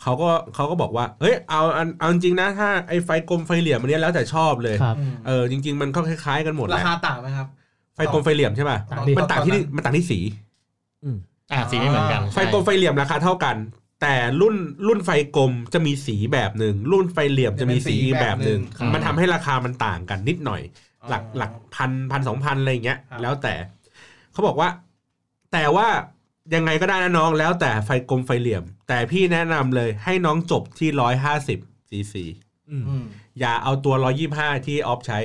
เขาก็เขาก็บอกว่าเฮ้ยเอาเอาเอาจริงๆนะถ้าไอ้ไฟกลมไฟเหลี่ยมอันเนี้ยแล้วแต่ชอบเลย ครับ เออจริง ๆ มันก็คล้ายๆกันหมดแห รา ละ คาต่างไหมครับ ไฟกลมไฟเหลี่ยมใช่ป่ะ ต่างดิ มันต่างที่มันต่างที่สี อ่าสีไม่เหมือนกัน ไฟกลมไฟเหลี่ยมราคาเท่ากัน แต่รุ่นรุ่นไฟกลมจะมีสีแบบหนึ่งรุ่นไฟเหลี่ยมจะมีสีอีกแบบหนึ่ง ครับ มันทำให้ราคามันต่างกันนิดหน่อย หลักหลักพันพันสองพันอะไรอย่างเงี้ย ครับ แล้วแต่เขาบอกว่า แต่ว่ายังไงก็ได้นะน้องแล้วแต่ไฟกลมไฟเหลี่ยม แต่พี่แนะนำเลยให้น้องจบที่ร้อยห้าสิบซีซี อืม อืม อย่าเอาตัวร้อยี่ห้าที่ออฟใช้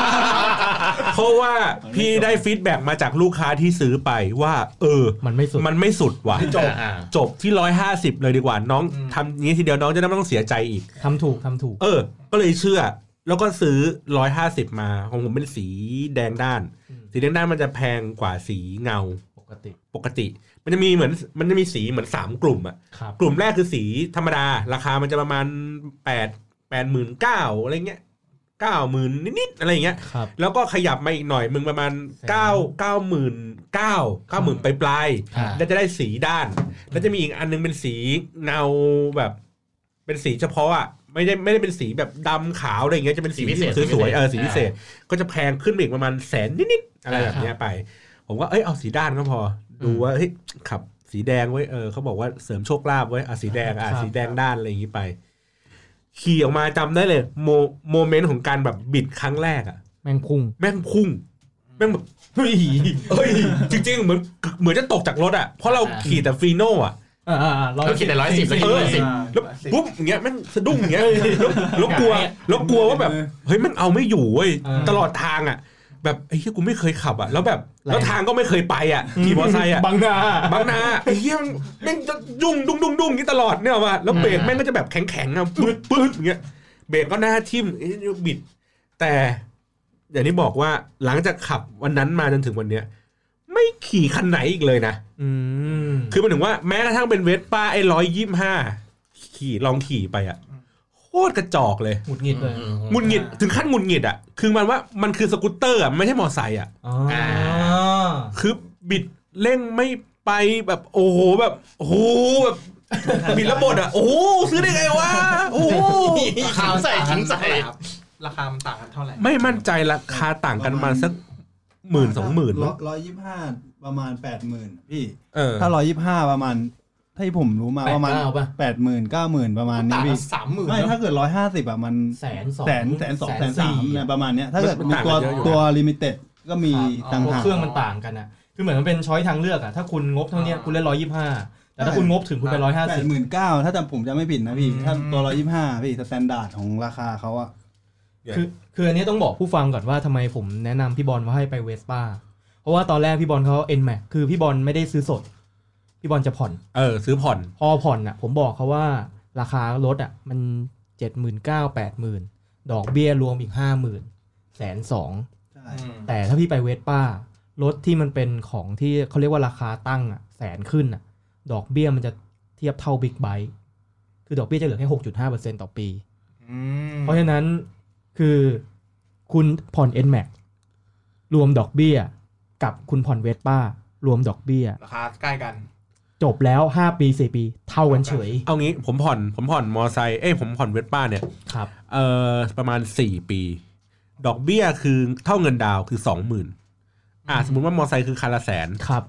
เพราะว่าพี่ได้ฟีดแบ็กมาจากลูกค้าที่ซื้อไปว่า เออ มันไม่สุด มันไม่สุดว่ะ จบอ่า จบที่ร้อยห้าสิบเลยดีกว่า น้องทำอย่างนี้ทีเดียวน้องจะได้ไม่ต้องเสียใจอีก ทำถูกทำถูก เออ ก็เลยเชื่อ แล้วก็ซื้อร้อยห้าสิบมาของผมเป็นสีแดงด้าน อืม สีแดงด้านมันจะแพงกว่าสีเงา ปกติ ปกติ มันจะมีเหมือนมันจะมีสีเหมือนสามกลุ่มอะ ครับ กลุ่มแรกคือสีธรรมดา ราคามันจะประมาณแปดแปดหมื่นเก้าอะไรเงี้ยเก้าหมื่นนิดๆอะไรอย่างเงี้ย ครับ แล้วก็ขยับมาอีกหน่อย มึงประมาณ9 9 9 0 0 0 9 0,000ปลายปลายๆ อ่า แล้วจะได้สีด้าน แล้วจะมีอีกอันนึงเป็นสีเงาแบบ เป็นสีเฉพาะอ่ะ ไม่ได้ไม่ได้เป็นสีแบบดำขาวอะไรอย่างเงี้ยจะเป็นสี สีพิเศษ ที่สวยๆเออ สี สี พิ พิ เศ เศ ษ ษก็จะแพงขึ้นไปอีกประมาณแสนนิดๆอะไรแบบเนี้ยไป ผมว่าเอ้ยเอาสีด้านก็พอ ดูว่าเฮ้ยขับสีแดงไว้ยเออเขาบอกว่าเสริมโชคลาภไว้ยอ่ะสีแดงอ่ะ ครับ สีแดงด้านอะไรอย่างงี้ไป ขี่ออกมาจำได้เลย โมโมเมนต์ของการแบบบิดครั้งแรกอะ แมงพุ่ง แม่งพุ่งแม่งแบบเฮ้ยเฮ้ยจริงๆเหมือนเหมือนจะตกจากรถอ่ะเพราะเราขี่แต่ฟีโน่อ่ะ อ่าๆๆร้อย เราคิดแต่ร้อยสิบเราคิดร้อยสิบ แล้วปุ๊บอย่างเงี้ยแม่งสะดุ้งอย่างเงี้ยแล้วแล้วกลัวแล้วกลัวว่าแบบเฮ้ยแม่งเอาไม่อยู่เว้ยตลอดทางอ่ะ แบบไอ้เหี้ยกูไม่เคยขับอ่ะแล้วแบบแล้วทางก็ไม่เคยไปอ่ะขี่มอเตอร์ไซค์อ่ะ บังหนา บางนาไอ้เหี้ยแม่งแม่งจะยุ่งดุ้งดุ้งดุ้งอย่างงี้ตลอดเนี่ยว่ะแล้วเบรกแม่งก็จะแบบแข็งแข็งๆอ่ะปื๊ดปื๊ดอย่างเงี้ยเบรกก็หน้าทิ่มเอ๊ะบิด แต่อย่างที่บอกว่าหลังจากขับวันนั้นมาจนถึงวันเนี้ยไม่ขี่คันไหนอีกเลยนะ อืม คือมันถึงว่าแม้กระทั่งเป็นเวสป้าไอ้ร้อยยี่ห้าขี่ลองขี่ไปอะโคตรกระจอกเลย หงุดหงิดเลย หงุนหงิดถึงขั้นหงุนหงิดอะคือมันว่ามันคือสกูตเตอร์อะไม่ใช่มอไซค์อะ อ๋อ คือบิดเร่งไม่ไปแบบโอ้โหแบบโอ้โหแบบบิดระบดอะโอ้โหซื้อได้ไงวะโอ้โห ราคาใส่ มันต่ทิ้ง กัน ใส่ เท่าไหร่ครับราคามันต่างกันเท่าไหร่ ไม่มั่นใจราคาต่างกันมาสักหมื่นสองหมื่น ร้อยร้อยยี่สิบห้าประมาณแปดหมื่นพี่ เออ ถ้าร้อยยี่สิบห้า125 ประมาณ ถ้าที่ผมรู้มาประมาณ แปดเก้าป่ะ แปดหมื่นเก้าหมื่นประมาณ ต่า นี้ งกั พี่ นสามหมื่น ไม่ถ้าเกิดร้อยห้าสิบอ่ะมัน แสนสอง แสนแสนสองแสนสามเนี่ยประมาณเนี้ยถ้าเกิดมีตัวตัวลิมิเต็ดก็มี ต่า ต่าง ง หา หาก ก เครื่องมันต่างกันนะคือเหมือนมันเป็นช้อยทางเลือกอะถ้าคุณงบเท่าเนี้ยคุณเล่นร้อยยี่ห้าแต่ถ้าคุณงบถึงคุณไปร้อยห้า แป สิ ด บ หมื่นเก้าถ้าจำผมจะไม่ผิดนะพี่ อืม ถ้าตัวร้อยยี่ห้าพี่สแตนดาร์ดของราคาเขาอะ คือคืออันนี้ต้องบอกผู้ฟังก่อนว่าทำไมผมแนะนำพี่บอลว่าให้ไปเวสป้าเพราะว่าตอนแรกพี่บอลเขาเอ็นแม็กคือพี่บอลไม่ได้ซื้อสด พี่บอลจะผ่อน เออซื้อผ่อน พอผ่อนอ่ะ ผมบอกเขาว่าราคารถอ่ะ มันเจ็ดหมื่นเก้าแปดหมื่นดอกเบี้ยรวมอีกห้าหมื่นแสนสอง ใช่ อืม แต่ถ้าพี่ไปเวสป้ารถที่มันเป็นของที่เขาเรียกว่าราคาตั้งอ่ะแสนขึ้นอ่ะ ดอกเบี้ยมันจะเทียบเท่าบิ๊กไบค์คือดอกเบี้ยจะเหลือแค่หกจุดห้าเปอร์เซ็นต่อปี อืม เพราะฉะนั้นคือคุณผ่อน n m a x รวมดอกเบี้ย กับคุณผ่อนเวสป้ารวมดอกเบี้ย ราคาใกล้กัน จบแล้ว 5 ปี 4 ปี เท่ากันเฉย เอางี้ผมผ่อนผมผ่อนมอไซค์เอ้ยผมผ่อนเวสป้าเนี่ย ครับ เอ่อประมาณสี่ปี ดอกเบี้ยคือเท่าเงินดาวคือสองหมื่นอ่าสมมติว่ามอไซค์คือคันละแสน ครับ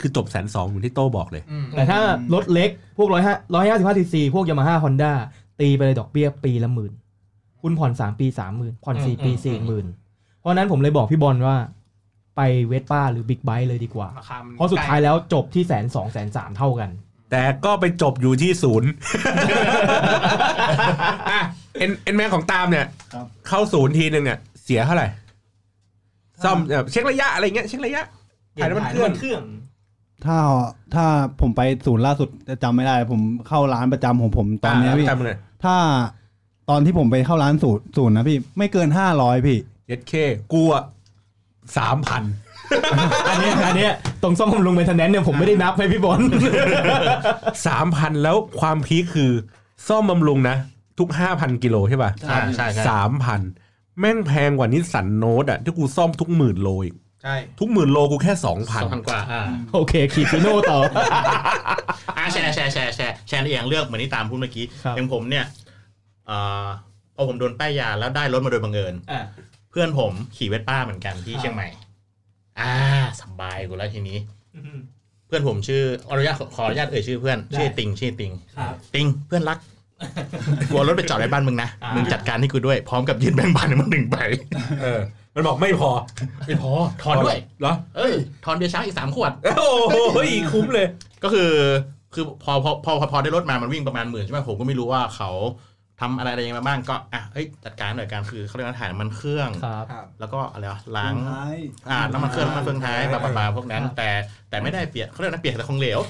คือจบแสนสองเหมือนที่โต้บอกเลย อืม แต่ถ้ารถเล็กพวกร้อยห้าร้อยห้าสิบห้าซีซีพวกยามาฮ่าฮอนด้าตีไปเลยดอกเบี้ยปีละหมื่น คุณผ่อนสามปีสามหมื่นผ่อนสี่ปีสี่หมื่นเพราะฉะนั้นผมเลยบอกพี่บอลว่า ไปเวสป้าหรือบิ๊กไบค์เลยดีกว่า ราคามัน เพราะสุดท้ายแล้วจบที่แสนสองแสนสามเท่ากัน แต่ก็ไปจบอยู่ที่ศูนย์ อ่ะเอ็นเอ็นแมของตามเนี่ย ครับ เข้าศูนย์ทีนึงเนี่ยเสียเท่าไหร่ ซ่อมแบบเช็คระยะอะไรเงี้ยเช็คระยะถ่ายน้ำมันเครื่อง ถ้าถ้าผมไปศูนย์ล่าสุดจะจำไม่ได้ ผมเข้าร้านประจำของผมตอนเนี้ยพี่ จำเลย ถ้าตอนที่ผมไปเข้าร้านศูนย์ศูนย์นะพี่ไม่เกินห้าร้อยพี่ เย็ดเคกูอะสามพัน อันเนี้ยอันเนี้ยตรงซ่อมบำรุงเมนเทนแนนซ์เนี่ยผมไม่ได้นับให้พี่บอล สามพันแล้วความพีคคือ ซ่อมบำรุงนะ ทุกห้าพันกิโลใช่ป่ะ ใช่ใช่ใช่ สามพันแม่งแพงกว่านิสสันโนตอะที่กูซ่อมทุกหมื่นโลอีก ใช่ ทุกหมื่นโลกูแค่สองพัน สองพันกว่าอ่า โอเคขี่ฟิโน่ต่อ อ่าแชร์แชร์แชร์แชร์แชร์เอียงเลือกเหมือนที่ตามพูดเมื่อกี้ ครับ อย่างผมเนี่ยเอ่อพอผมโดนป้ายยาแล้วได้รถมาโดยบังเอิญ อ่ะ เพื่อนผมขี่เวสป้าเหมือนกันที่ อ่า เชียงใหม่ อ่าสบายกูแล้วทีนี้ เพื่อนผมชื่ออนุญาตขออนุญาตเอ่ยชื่อเพื่อนชื่อติงชื่อติง ครับ ติงเพื่อน รักกลัวรถไปจอดในบ้านมึงนะ อ่ามึ มึงจัดการให้กูด้วยพร้อมกับยืนแบงค์พันให้มึงหนึ่งใบ เออ มันบอกไม่พอ ไม่พอถอนด้วย เหรอ เอ้ยถอนเบียร์ช้างอีกสามขวด โอ้ยคุ้มเลย ก็คือคือพอพอพอพอพอได้รถมา มันวิ่งประมาณหมื่นใช่ไหมผมก็ไม่รู้ว่าเขาทำอะไรอะไรยังไงมาบ้างก็อ่ะเอ้ยจัดการหน่อยการคือเขาเรียกว่าถ่ายน้ำมันเครื่อง ครับ ครับ แล้วก็อะไรวะล้าง ท้าย อ่าน้ำมันเครื่องน้ำมันเฟืองท้ายปลาปลาปลาพวกนั้น ครับ แต่แต่ไม่ได้เปียกเขาเรียกนะเปียกแต่ของเหลว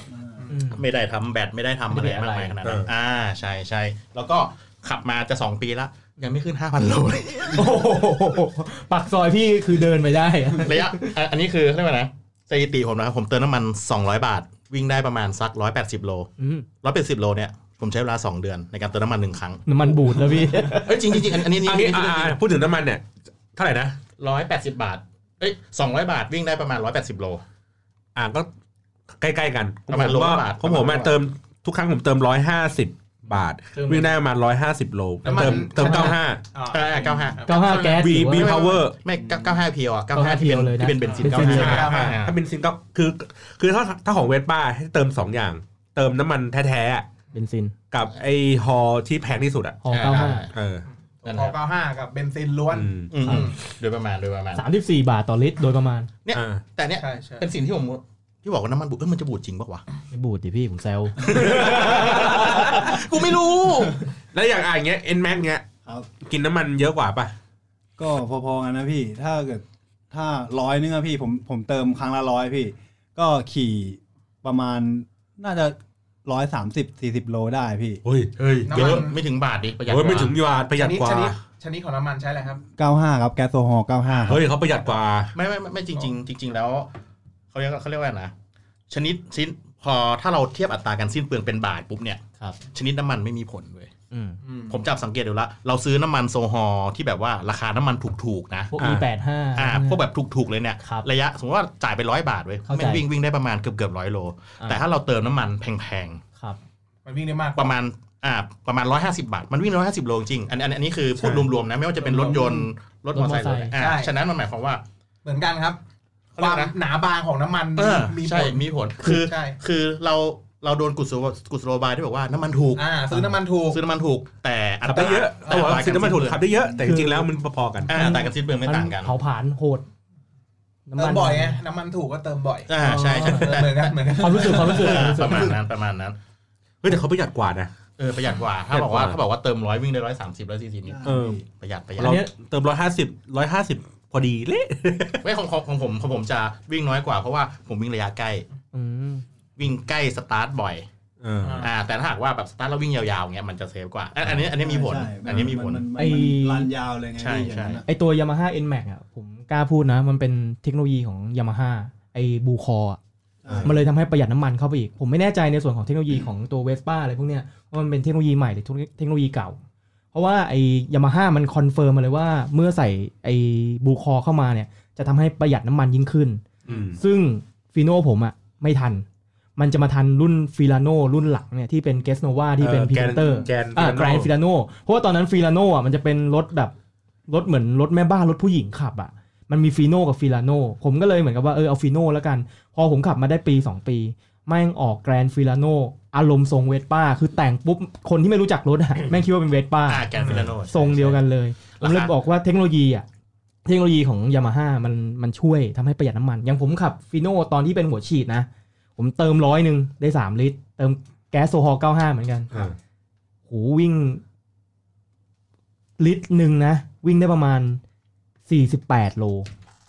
อืม ไม่ได้ทำแบตไม่ได้ทำอะไรมากมายขนาดนั้น เอออ่ อ่าใช่ใช่แล้วก็ขับมาจะ 2 ปีละ ยังไม่ขึ้น 5,000โล เลย โอ้โหปักซอยพี่คือเดินไปได้อะ ระยะอ่ะอันนี้คือเขาเรียกว่าไงนะสถิติผมนะครับ ผมเติมน้ำมัน 200 บาท วิ่งได้ประมาณสัก 180 โล อืม 180 โลเนี่ย ผมใช้เวลา 2 เดือนในการเติมน้ำมันหนึ่งครั้ง น้ำมันบูดแล้วพี่ เอ้ยจริงจริงๆอันอันนี้ อันนี้อ่าอ่าพูดถึงน้ำมันเนี่ย เท่าไหร่นะ ร้อยแปดสิบบาทเอ้ยสองร้อยบาทวิ่งได้ประมาณร้อยแปดสิบโล อ่าก็ใกล้ๆกัน ประมาณ ผมว่า ร้อยบาท ของผม ประมามาณร้อยบาท เติมทุกครั้งผมเติมร้อยห้าสิบ บาท เครื่องบิน วิ่งได้ประมาณร้อยห้าสิบโล น้ำมัน เติมเติมเก้าห้า อ๋อ เออ95 เก้าห้าแก๊ส วี หรือว่า วี power ไม่95เพียวอ่ะ95 95 ที่เป็น เลยนะ ที่เป็นเบนซิน เบนซิน 95 ถ้าเป็นซิงก็คือ คือถ้าถ้าของเวสป้าให้เติมสองอย่าง เติมน้ำมันแท้ๆอะ เบนซิน กับไอฮอที่แพงที่สุดอ่ะ หอเก้าห้า เออ นั่นพแหอ ละ เก้าห้ากับเบนซินล้วน อืม อืมโดยประมาณโดยประมาณ สามสิบสี่บาทต่อลิตรโดยประมาณ เนี่ย อ่า แต่เนี่ย ใช่ใช่ เป็นสิ่งที่ผมที่บอกว่าน้ำมันบูดเอ้ยมันจะบูดจริงปะวะ ไม่บูดดิพี่ผมแซว กูไม่รู้ แล้วอย่างอ่ะอย่างเงี้ยเอ็นแม็กเงี้ย ครับ กินน้ำมันเยอะกว่าป่ะ ก็พอๆกันนะพี่ ถ้าเกิดถ้าร้อยนึงอะพี่ผมผมเติมครั้งละร้อยพี่ ก็ขี่ประมาณน่าจะร้อยสามสิบสี่สิบโลได้พี่ เฮ้ยเฮ้ย น้ำมัน เยอะไม่ถึงบาทดิประหยัดก เฮ้ย ว่า ไม่ถึงยาดประหยัดกว่า ชนิดชนิดของน้ำมันใช้อะไรครับ เก้าห้าครับแก๊สโซฮอลเก้าห้าครับ เฮ้ยเขาประหยัดกว่า ไม่ไม่ไม่ไม่จริง ๆ จริง ๆ แล้วเขาเรียกเขาเรียกว่าอะไรนะชนิดสิ้นพอถ้าเราเทียบอัตราการสิ้นเปลืองเป็นบาทปุ๊บเนี่ย ครับ ชนิดน้ำมันไม่มีผลเว้ย อืม อืม ผมจับสังเกตดูละเราซื้อน้ำมันโซฮอลที่แบบว่าราคาน้ำมันถูกๆนะ พวก อ่า e แปดห้า อ่าพวกแบบถูกๆเลยเนี่ย ครับ ระยะสมมติว่าจ่ายไปร้อยบาทเว้ย เข้าใจ แม่งวิ่งวิ่งได้ประมาณเกือบเกือบร้อยโล อ่า แต่ถ้าเราเติมน้ำมันแพง ครับ มันวิ่งได้มาก ๆประมาณอ่าประมาณ 150 บาท มันวิ่งร้อยห้าสิบโลจริงอันอันอันนี้คือพูด ใช่ รวมๆนะ ไม่ว่าจะเป็นรถยนต์รถมอเตอร์ไซค์รถอะไรอ่าฉะนั้นมันหมายความว่า เหมือนกันครับ เขาเรียคาวก ม นะ หนาบางของน้ำมัน เออ มีผ ใช่ ล มีผลคือ ใช่ คือเราเราโดนกุศโลกุศโลบายที่บอกว่าน้ำมันถูก อ่าซื้อน้ำมันถูก ซื้อน้ำมันถูก แต่อั ขับ ต ได้ รา เยอะ แต่ แต่ว่า อัตรา ซื้อน้ำมันถูกขับได้เยอะแต่จ คือ ริงๆแล้วมันพอๆกัน อ่าอัตราการสิ้นเปลืองไม่ต่างกัน เผาผลาญโหด เติมบ่อยไงน้ำมันถูกก็เติมบ่อย อ่าใช่ใช่ เออเหมือนกันเหมือนกัน ความรู้สึกความรู้สึกความรู้สึ ป ก ระมาณนั้นประมาณนั้น เฮ้ยแต่เขาประหยัดกว่านะ เออประหยัดกว่าถ้าบอกว่า ประหยัดกว่า ถ้าบอกว่าเติมร้อยวิ่งได้ร้อยสามสิบร้อยสี่สิบนี่ เออ ประหยัดประหยัด เราเติมร้อยห้าสิบร้อยห้าสิบพอดีเละ ไม่ของของของผมของผมจะวิ่งน้อยกว่าเพราะว่าผมวิ่งระยะใกล้ อืม วิ่งใกล้สตาร์ทบ่อย เออ อ่า อ่าแต่ถ้าหากว่าแบบสตาร์ทแล้ววิ่งยาวๆเงี้ยมันจะเซฟกว่าอันอันนี้อันนี้มีผล ใช่ใช่ อันนี้มีผล นนนรันยาวเลยไง ใช่ พี่อย่างนั้น ใช่ อะ ไอตัวย a มาฮ่า n m a x อ่ะผมกล้าพูดนะ มันเป็นเทคโนโลยีของ Yamaha ไอบูคออะ มันเลยทำให้ประหยัดน้ำมันเข้าไปอีก ผมไม่แน่ใจในส่วนของเทคโนโลยีของตัวเวสป้าอะไรพวกเนี้ยว่ามันเป็นเทคโนโลยีใหม่หรือเทคโนโลยีเก่า เพราะว่าไอยามาฮ่ามันคอนเฟิร์มมาเลยว่าเมื่อใส่ไอบูคอเข้ามาเนี่ย จะทำให้ประหยัดน้ำมันยิ่งขึ้น อืม ซึ่งฟีโน่ผมอะไม่ทัน มันจะมาทันรุ่นฟิลาโนรุ่นหลังเนี่ยที่เป็นเกสโนวาที่เป็นพีเตอร์ แกน อ่า แก แกรนฟิลาโนเพราะว่าตอนนั้นฟิลาโนอะมันจะเป็นรถแบบรถเหมือนรถแม่บ้านรถผู้หญิงขับอะมันมีฟีโน่กับฟิลาโนผมก็เลยเหมือนกับว่าเออเอาฟีโน่แล้วกัน พอผมขับมาได้ปี 2 ปีแม่งออกแกรนฟิลาโนอารมณ์ทรงเวสป้า คือแต่งปุ๊บ คนที่ไม่รู้จักรถอะ แม่งคิดว่าเป็นเวสป้า อ่าแกนฟิลาโน ทรงเดียวกันเลยผ ราคา มเลยบอกว่าเทคโนโลยีอ่ะ เทคโนโลยีของยามาฮ่ามันมันช่วยทำให้ประหยัดน้ำมัน อย่างผมขับฟิโนตอนที่เป็นหัวฉีดนะ ผมเติมร้อยหนึ่งได้สามลิตร เติมแก๊สโซฮอลเก้าห้าเหมือนกัน อ่า โหวิ่ง ลิตรหนึ่งนะ วิ่งได้ประมาณสี่สิบแปดโล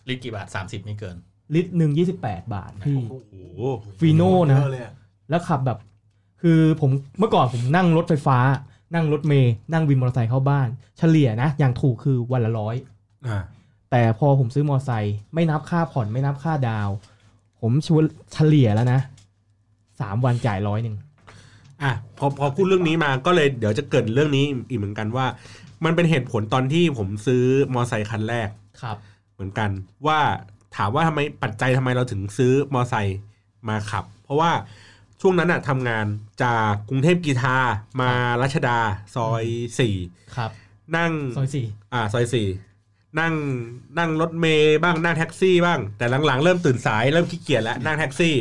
ลิตรกี่บาทสามสิบไม่เกิน ลิตรหนึ่งยี่สิบแปดบาทพี่ โอ้โห ฟิโนนะ เยอเลยอ แล้วขับแบบ คือผมเมื่อก่อนผมนั่งรถไฟฟ้า นั่งรถเมย์นั่งวินมอเตอร์ไซค์เข้าบ้าน เฉลี่ยนะ อย่างถูกคือวันละร้อย อ่า แต่พอผมซื้อมอไซค์ไม่นับค่าผ่อนไม่นับค่าดาวน์ผมชวนเฉลี่ยแล้วนะสามวันจ่ายร้อยหนึ่ง อ่ะพอพอพูดเรื่องนี้มาก็เลยเดี๋ยวจะเกริดเรื่องนี้อีกเหมือนกันว่า มันเป็นเหตุผลตอนที่ผมซื้อมอไซค์คันแรก ครับ เหมือนกันว่าถามว่าทำไมปัจจัยทำไมเราถึงซื้อมอไซค์มาขับ เพราะว่าช่วงนั้นอะทำงานจากกรุงเทพกีทามารัชดาซอยสี่ ครับ นั่ง ซอยสี่ อ่าซอยสี่นั่งนั่งรถเมย์บ้างนั่งแท็กซี่บ้าง แต่หลังๆ เริ่มตื่นสายเริ่มขี้เกียจแล้วนั่งแท็กซี่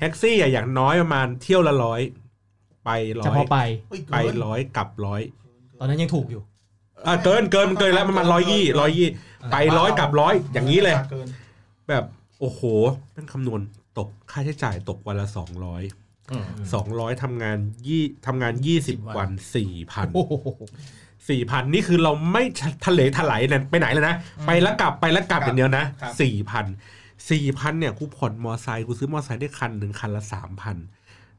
แท็กซี่อะอย่างน้อยประมาณเที่ยวละร้อยไปร้ เฉ อย พาะไป ุ๊ย ไป เกิน ร้อยกลับร้อย ตอนนั้นยังถูกอยู่ อ่ะเกินเกินเกินแล้วประมาณร้อยยี่ร้อยยี่ไปร้อยกลับร้อยอย่างนี้เลย กิน แบบโอ้โหเป็นคำนวณตกค่าใช้จ่ายตกวันละสองร้อยสองร้อยทำงานยี่ทำงานยี่สิบ วั วัน น สี่พัน โอ้โห สี่พันนี่คือเราไม่ทะเลทลายเนี่ยไปไหนเลยนะ ไปแล้วกลับไปแล้วกลับอย่างเดียวนะสี่พันสี่พันเนี่ยกูผ่อนมอไซค์กูซื้อมอไซค์ได้คันหนึ่งคันละสามพัน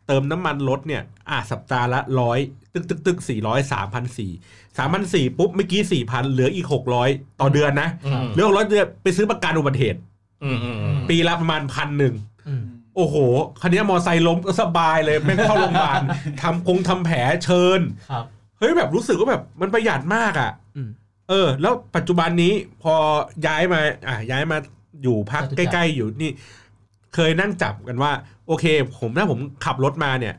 เติมน้ำมันรถเนี่ย อ่ะสัปดาห์ละร้อยตึกตึกตึกสี่ร้อยสามพันสี่สามพันสี่ปุ๊บเมื่อกี้สี่พันเหลืออีกหกร้อยต่อเดือนนะ อืม เรื่องร้อยเดือนไปซื้อประกันอุบัติเหตุ อืมอืมอืม ปีละประมาณพันหนึ่ง อืม โอ้โห คันนี้มอไซค์ล้มก็สบายเลยไม่เข้าโรงพยาบ าล ทำคงทำแผลเชิญ ครับ เฮ้ยแบบรู้สึกว่าแบบมันประหยัดมากอะ่ะ อืม เออ แล้วปัจจุบันนี้พอย้ายมา อ่ะย้ายมาอยู่พัก จตุจักร ใกล้ๆอยู่นี่ เคยนั่งจับกันว่า โอเค ผมถ้าผมขับรถมาเนี่ย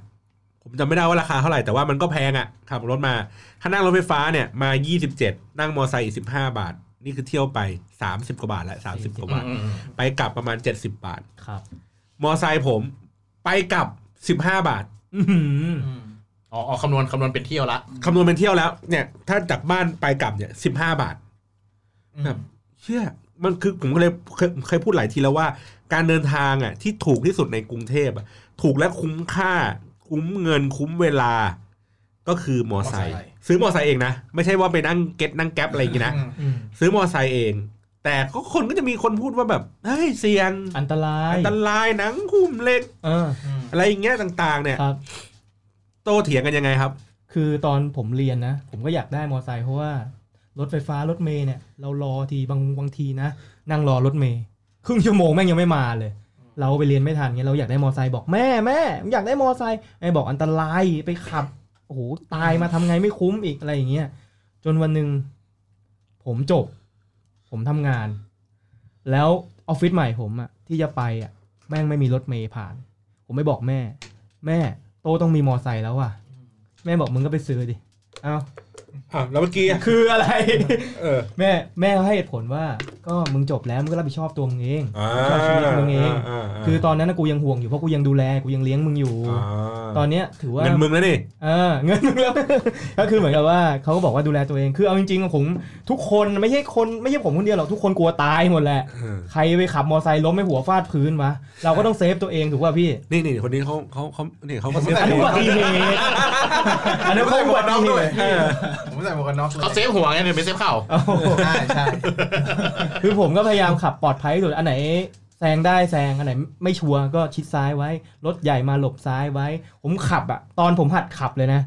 ผมจำไม่ได้ว่าราคาเท่าไหร่แต่ว่ามันก็แพงอะ่ะขับรถมาถ้านั่งรถไฟฟ้าเนี่ยมา 27 นั่งมอไซค์อีก15 บาท นี่คือเที่ยวไป 30 กว่าบาทและ30 กว่าบาท อืมอืม ไปกลับประมาณ 70 บาท ครับ มอไซค์ผมไปกลับ 15 บาท อืม อ๋ออ๋อคำนวณคำนวณเป็นเที่ยวละ คำนวณเป็นเที่ยวแล้วเนี่ยถ้าจากบ้านไปกลับเนี่ยสิบห้าบาท อืม ครับ เชื่อมันคือผมก็เลยเคยเคยพูดหลายทีแล้วว่า การเดินทางอ่ะที่ถูกที่สุดในกรุงเทพอะถูกและคุ้มค่า คุ้มเงินคุ้มเวลา ก็คือมอไซค์ มอไซค์ ซื้อมอไซค์เองนะ ไม่ใช่ว่าไปนั่งเก็ตนั่งแก๊ปอะไรอย่างงี้นะ อืม ซื้อมอไซค์เอง แต่ก็คนก็จะมีคนพูดว่าแบบเฮ้ยเสี่ยง อันตราย อันตรายหนังหุ้มเหล็ก เออ อืม อะไรอย่างเงี้ยต่าง ๆ เนี่ย ครับ โตเถียงกันยังไงครับ คือตอนผมเรียนนะ ผมก็อยากได้มอเตอร์ไซค์เพราะว่า รถไฟฟ้ารถเมย์เนี่ย เรารอทีบางบางทีนะ นั่งรอรถเมย์ครึ่งชั่วโมงแม่งยังไม่มาเลย เราไปเรียนไม่ทันเงี้ยเราอยากได้มอเตอร์ไซค์บอกแม่แม่ผมอยากได้มอเตอร์ไซค์ไอ้บอกอันตรายไปขับโอ้โหตายมาทำไงไม่คุ้มอีกอะไรอย่างเงี้ยจนวันหนึ่งผมจบ ผมทำงาน แล้วออฟฟิศใหม่ผมอะที่จะไปอะแม่งไม่มีรถเมย์ผ่าน ผมไม่บอกแม่ แม่โตต้องมีมอเตอร์ไซค์แล้วอะ แม่บอกมึงก็ไปซื้อดิ เอา อ่ะแล้วเมื่อกี้อะ คืออะไร เออ แม่แม่ให้เหตุผลว่า ก็มึงจบแล้วมึงก็รับผิดชอบตัวมึงเอง อ่า ชอบชีวิตมึงเอง าาา คือตอนนั้นนะกูยังห่วงอยู่เพราะกูยังดูแลกูยังเลี้ยงมึงอยู่ า ตอนเนี้ยถือว่า เงินมึงแล้วนี่ เออเงินมึงแล้ว ก็คือเหมือนกับว่าเขาก็บอกว่าดูแลตัวเอง คือเอาจริงๆผมทุกคนไม่ใช่คนไม่ใช่ผมคนเดียวหรอกทุกคนกลัวตายหมดแหละ เออ ใครไปขับมอไซค์ล้มไม่หัวฟาดพื้นวะเราก็ต้องเซฟตัวเองถูกป่ะพี่ นี่นี่คนนี้เขาเขาเขาเนี่ยเขาก็เสีย อันนี้ หั อุ ว บัติเหตุ อันนี้นเขาอุบัติเหตุ เออ ผมใส่หมวกกันน็อกเลย เขาเซฟหัวไงเนี่ยไม่เซฟเข่า เอา ใช่ใช่ คือผมก็พยายามขับปลอดภัยที่สุดอันไหนแซงได้แซงอันไหนไม่ชัวร์ก็ชิดซ้ายไว้ รถใหญ่มาหลบซ้ายไว้ ผมขับอะตอนผมหัดขับเลยนะ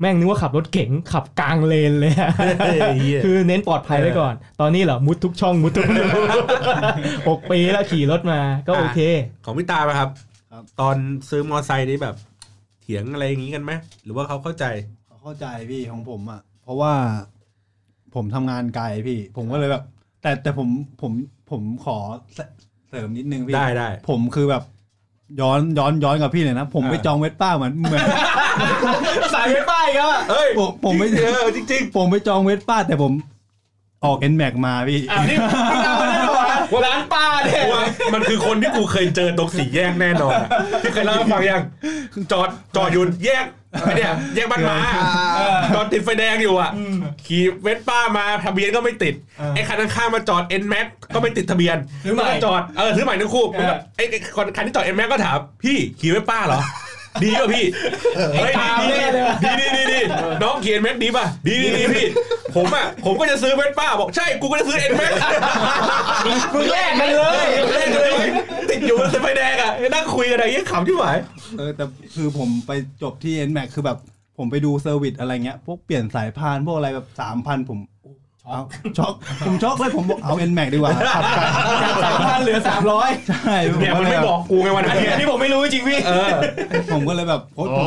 แม่งนึกว่าขับรถเก๋งขับกลางเลนเลยอะ เฮ้ยเหี้ย คือเน้นปลอดภัยไว้ก่อน ตอนนี้เหรอมุดทุกช่องมุดทุกรู หกปีแล้วขี่รถมาก็โอเค ของพี่ตาไหมครับ ครับ ตอนซื้อมอไซค์นี่แบบ เถียงอะไรอย่างงี้กันไหมหรือว่าเขาเข้าใจ เข้าใจพี่ของผมอ่ะ เพราะว่าผมทำงานไกลพี่ ผมก็เลยแบบ แต่แต่ผมผมผมขอเสเสริมนิดนึงพี่ ได้ได้ ผมคือแบบ ย้อนย้อนย้อนกับพี่เลยนะ ผมไป อ่า จองเวสป้าเหมือนเหมือน สายไม่ป้ายก็ เฮ้ย ผมผมไม่ เออจริง ผมไปจองเวสป้า แต่ผมออกเอ็นแม็กมาพี่ ร้านป้าเนี่ย ๆว่ามันคือคนที่กูเคยเจอตรงสี่แยกแน่นอนอะที่เคยเล่าให้ฟังยังจอดจอดอยู่แยกไอ้เนี่ยแยกบ้านหมาจอดติดไฟแดงอยู่อ่ะขี่เวสป้ามาทะเบียนก็ไม่ติด ไอ้คันข้างๆมาจอด N Max ก็ไม่ติดทะเบียน หรือไม่ จอดเออซื้อใหม่ทั้งคู่ เออ ไอ้ไอ้คนคันที่จอดเอ็มแม็กก็ถามพี่ขี่ไม่ป้าเหรอ ดีป่ะพี่เฮ้ย ตาม ดี แน่เลยว่ะ ดีดีดีดีน้องเขียนแม็กดีป่ะดีดีดีพี่ผมอ่ะผมก็จะซื้อเวสป้าบอกใช่กูก็จะซื้อเอ็นแม็ก มึงแลกกันเลย ติดอยู่บนไฟแดงอ่ะนั่งคุยกันอะไรเงี้ยขำที่หมาย เออแต่คือผมไปจบที่ Nmax คือแบบผมไปดูเซอร์วิสอะไรเงี้ย พวกเปลี่ยนสายพานพวกอะไรแบบสามพันผมช็อกช็อก ผมช็อกเลยผมบอกเอา Nmax ดีกว่าขัสาบกันมพันเหลือสามร้อย ใช่ผ เนี่ยมันไม่บอกกูไงวัน อัน นั้น นี้อันนี้ผมไม่รู้จริงพี่ เออ ผมก็เลยแบบโอ๊ย โอ้ ผ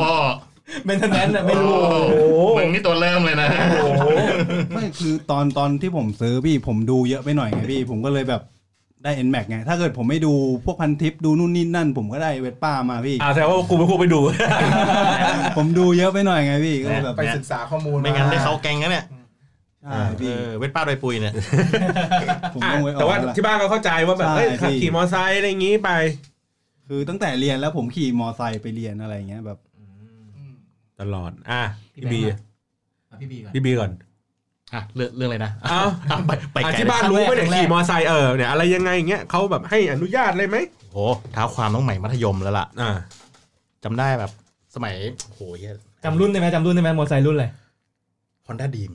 ม เป็นเท่านั้นน่ะไม่รู้ โอ้โห มึงนี่ตัวเริ่มเลยนะ ไม่คือตอนตอนที่ผมซื้อพี่ผมดูเยอะไปหน่อยไงพี่ ผมก็เลยแบบได้ Nmax ไง ถ้าเกิดผมไม่ดูพวกพันทิปดูนู่นนี่นั่น ผมก็ได้เวทป้ามาพี่ อ่าแต่ว่ากูไม่ควรไปดู ผมดูเยอะไปหน่อยไงพี่ก็เลยแบบ ไปศึกษาข้อมูล ไม่งั้นได้เขาแกงนะเนี่ย ใช่ เอ พี่ อเวทป้าโดยปุยเนี่ย ผม อ่ะ ต้องไว้อ แต่ อก ว่า แล้วล่ะ ที่บ้านก็เข้าใจว่าแบบ ใช่ เอ้ยขับ พี่ ขี่มอไซค์อะไรอย่างงี้ไป คือตั้งแต่เรียนแล้วผมขี่มอไซค์ไปเรียนอะไรเงี้ยแบบ อืม ตลอด อ่ะพี่บี อ่ะพี่บีก่อน พี่บี ก่อน อ่ะเรื่องเรื่องอะไรนะ เอ้า อ่ะไปไป อ่ะ ไกล ที่บ้านรู้ไหมเนี่ยขี่มอไซค์เออเนี่ยอะไรยังไงอย่างเงี้ยเขาแบบให้อนุญาตเลยไหม โอ้เท้าความต้องใหม่มัธยมแล้วล่ะ อ่า จำได้แบบสมัยโหเหี้ย จำรุ่นได้ไหมจำรุ่นได้ไหมมอเตอร์ไซค์รุ่นอะไร ฮอนด้าดีม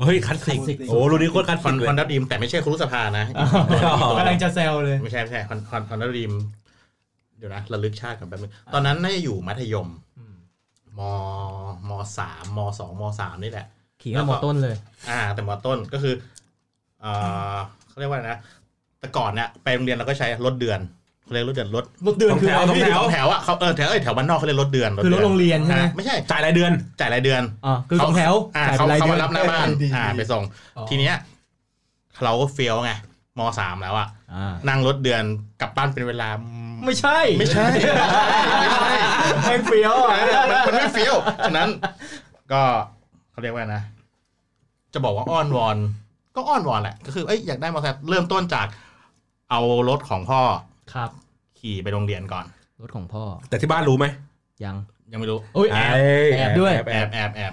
เฮ้ยคลาสสิก Classic โอ้รุ่นนี้โคตรคลาส ฮ สิกเลย อนด้าดีมแต่ไม่ใช่ครุสภานะ กำลังจะแซวเลย ไม่ใช่ไม่ใช่ฮอนฮอนฮอนด้าดีมเดี๋ยวนะระลึกชาติกันแป๊บนึงตอนนั้นน่าจะอยู่มัธยม อืม มมสามมสองมสามนี่แหละ ขี่กับมอต้นเลย อ่า แต่มอต้นก็คือเอ่อเขาเรียกว่าอะไรนะแต่ก่อนเนี่ยไปโรงเรียนเราก็ใช้รถเดือนเขาเรียกรถเดือนรถ รถเดือนคืออะไร สอง พี่ แถวสองแถวอ่ะเขาเออแถวเอ้ยแถวบ้านนอกเขาเรียกรถเดือน คือรถโรงเรียนใช่ไหม อ่ะไม่ใช่ จ่ายรายเดือน จ่ายรายเดือน อ่าคือสองแถว อ่า จ่าย เขา เป็นราย เขา เดือ มาน รับหน้า บ้าน ดี อ่า ดี ไปส่ง อ๋อ ทีเนี้ยเราก็เฟี้ยวไงมสามแล้วอ่ะ อ่า นั่งรถเดือนกลับบ้านเป็นเวลา ไม่ใช่ ไม่ใช่ ไม่ใช่ แม่งเฟี้ยวอ่ะ มันมันไม่เฟี้ยว ฉะนั้น ก็เขาเรียกว่านะ จะบอกว่าอ้อนวอน ก็อ้อนวอนแหละ ก็คือเอ้ยอยากได้มอเตอร์ไซค์เริ่มต้นจากเอารถของพ่อ ครับ ขี่ไปโรงเรียนก่อน รถของพ่อ แต่ที่บ้านรู้ไหม ยัง ยังไม่รู้ โอ้ย เย แอบด้วย แอบแอบแอบ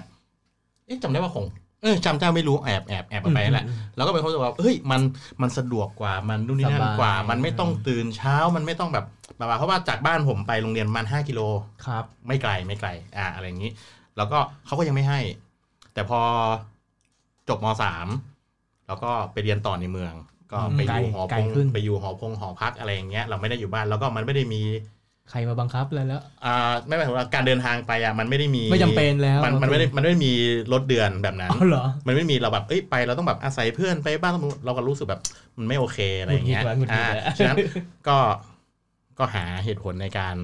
เอ๊ะจำได้ว่าของเออจำได้ไม่รู้แอบแอบแอบเอาไปแหละ แล้วก็เป็นความรู้สึกว่าเฮ้ยมันมันสะดวกกว่ามันนู่นนี่นั่ ส น บาย กว่า มันไม่ต้องตื่นเช้ามันไม่ต้องแบบบาบาเพราะว่าจากบ้านผมไปโรงเรียนประมันห้ากิโล ครับ ไม่ไกลไม่ไกล อ่าอะไรอย่างนี้ แล้วก็เขาก็ยังไม่ให้ แต่พอจบมสามแล้วก็ไปเรียนต่อในเมือง ก็ไป ไกล อยู่หอ ไก พ ล ง ขึ้น ไปอยู่หอพงหอพักอะไรอย่างเงี้ยเราไม่ได้อยู่บ้านแล้วก็มันไม่ได้มี ใครมาบังคับเลยแล้ว อ่าไม่หมายถึงว่าการเดินทางไปอ่ะมันไม่ได้มี ไม่จำเป็นแล้ว มันมันไม่ได้มันไม่ได้มีรถเดือนแบบนั้น อ๋อเหรอ มันไม่มีเราแบบเอ้ยไปเราต้องแบบอาศัยเพื่อนไปบ้านเราก็รู้สึกแบบมันไม่โอเคอะไรอย่างเงี้ย หงุดหงิอ่าวดะหงุดหงิดวะ ฉะนั้นก็ก็หาเหตุผลในการ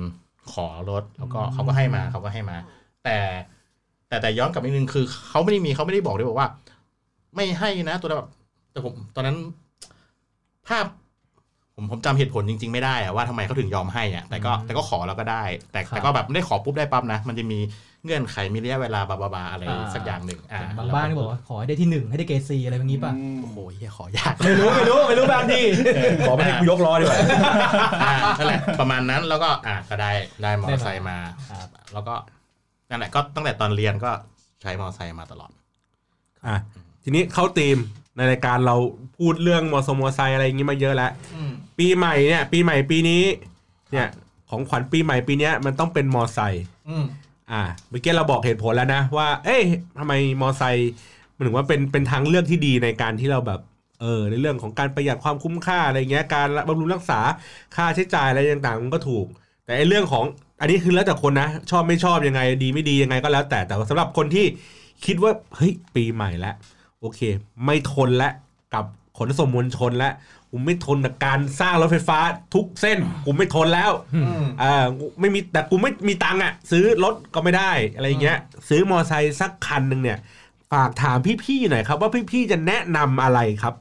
ขอรถแล้วก็เขาก็ให้มาเขาก็ให้มา แต่แต่แต่ย้อนกลับนิดนึงคือเขาไม่ได้มีเขาไม่ได้บอกด้วยบอกว่า ไม่ให้นะ ตัวแบบแต่ผม ตอนนั้น ภาพ ผมผมจำเหตุผลจริง ๆ ไม่ได้อะว่าทำไมเขาถึงยอมให้อะแต่ก็แต่ก็ขอแล้วก็ได้ แต่ ครับ แต่ก็แบบไม่ได้ขอปุ๊บได้ปั๊บนะ มันจะมีเงื่อนไขมีระยะเวลาบาบาบาอะไรสักอย่างหนึ่งอ่า บางบ้านก็บอกว่าขอให้ได้ที่หนึ่งให้ได้เกรดซีอะไรแบบนี้ป่ะ อืม โอ้โหเหี้ยขอยาก ไม่รู้ไม่รู้ไม่รู้บางที ขอไม่ให้กูยกล้อดีกว่า อ่านั่นแหละประมาณนั้นแล้วก็อ่ะก็ได้ได้มอเตอร์ไซค์มาครับแล้วก็นั่นแหละก็ตั้งแต่ตอนเรียนก็ใช้มอเตอร์ไซค์มาตลอด อ่ะทีนี้เข้าธีมในรายการเราพูดเรื่องมอสมอไซค์อะไรอย่างงี้มาเยอะแล้ว อืม ปีใหม่เนี่ย ปีใหม่ปีนี้ เนี่ยของขวัญปีใหม่ปีเนี้ยมันต้องเป็นมอไซค์ อืม อ่ะเมื่อกี้เราบอกเหตุผลแล้วนะว่า เอ๊ะทำไมมอไซค์มันถึงว่าเป็นเป็นทางเลือกที่ดีในการที่เราแบบเออในเรื่องของการประหยัดความคุ้มค่าอะไรเงี้ยการบำรุงรักษาค่าใช้จ่ายอะไรต่างๆมันก็ถูก แต่ไอ้เรื่องของอันนี้คือแล้วแต่คนนะ ชอบไม่ชอบยังไงดีไม่ดียังไงก็แล้ว แต่แต่ว่าสำหรับคนที่คิดว่าเฮ้ยปีใหม่แล้ว โอเค ไม่ทนแล้วกับขนส่งมวลชนแล้วกูไม่ทนกับการสร้างรถไฟฟ้าทุกเส้นกูไม่ทนแล้ว อืม เอ่าไม่มีแต่กูไม่มีตังค์อะซื้อรถก็ไม่ได้อะไรอย่างเงี้ย ซื้อมอไซค์สักคันหนึ่งเนี่ย ฝากถามพี่ๆหน่อยครับ ว่าพี่ๆจะแนะนำอะไรครับ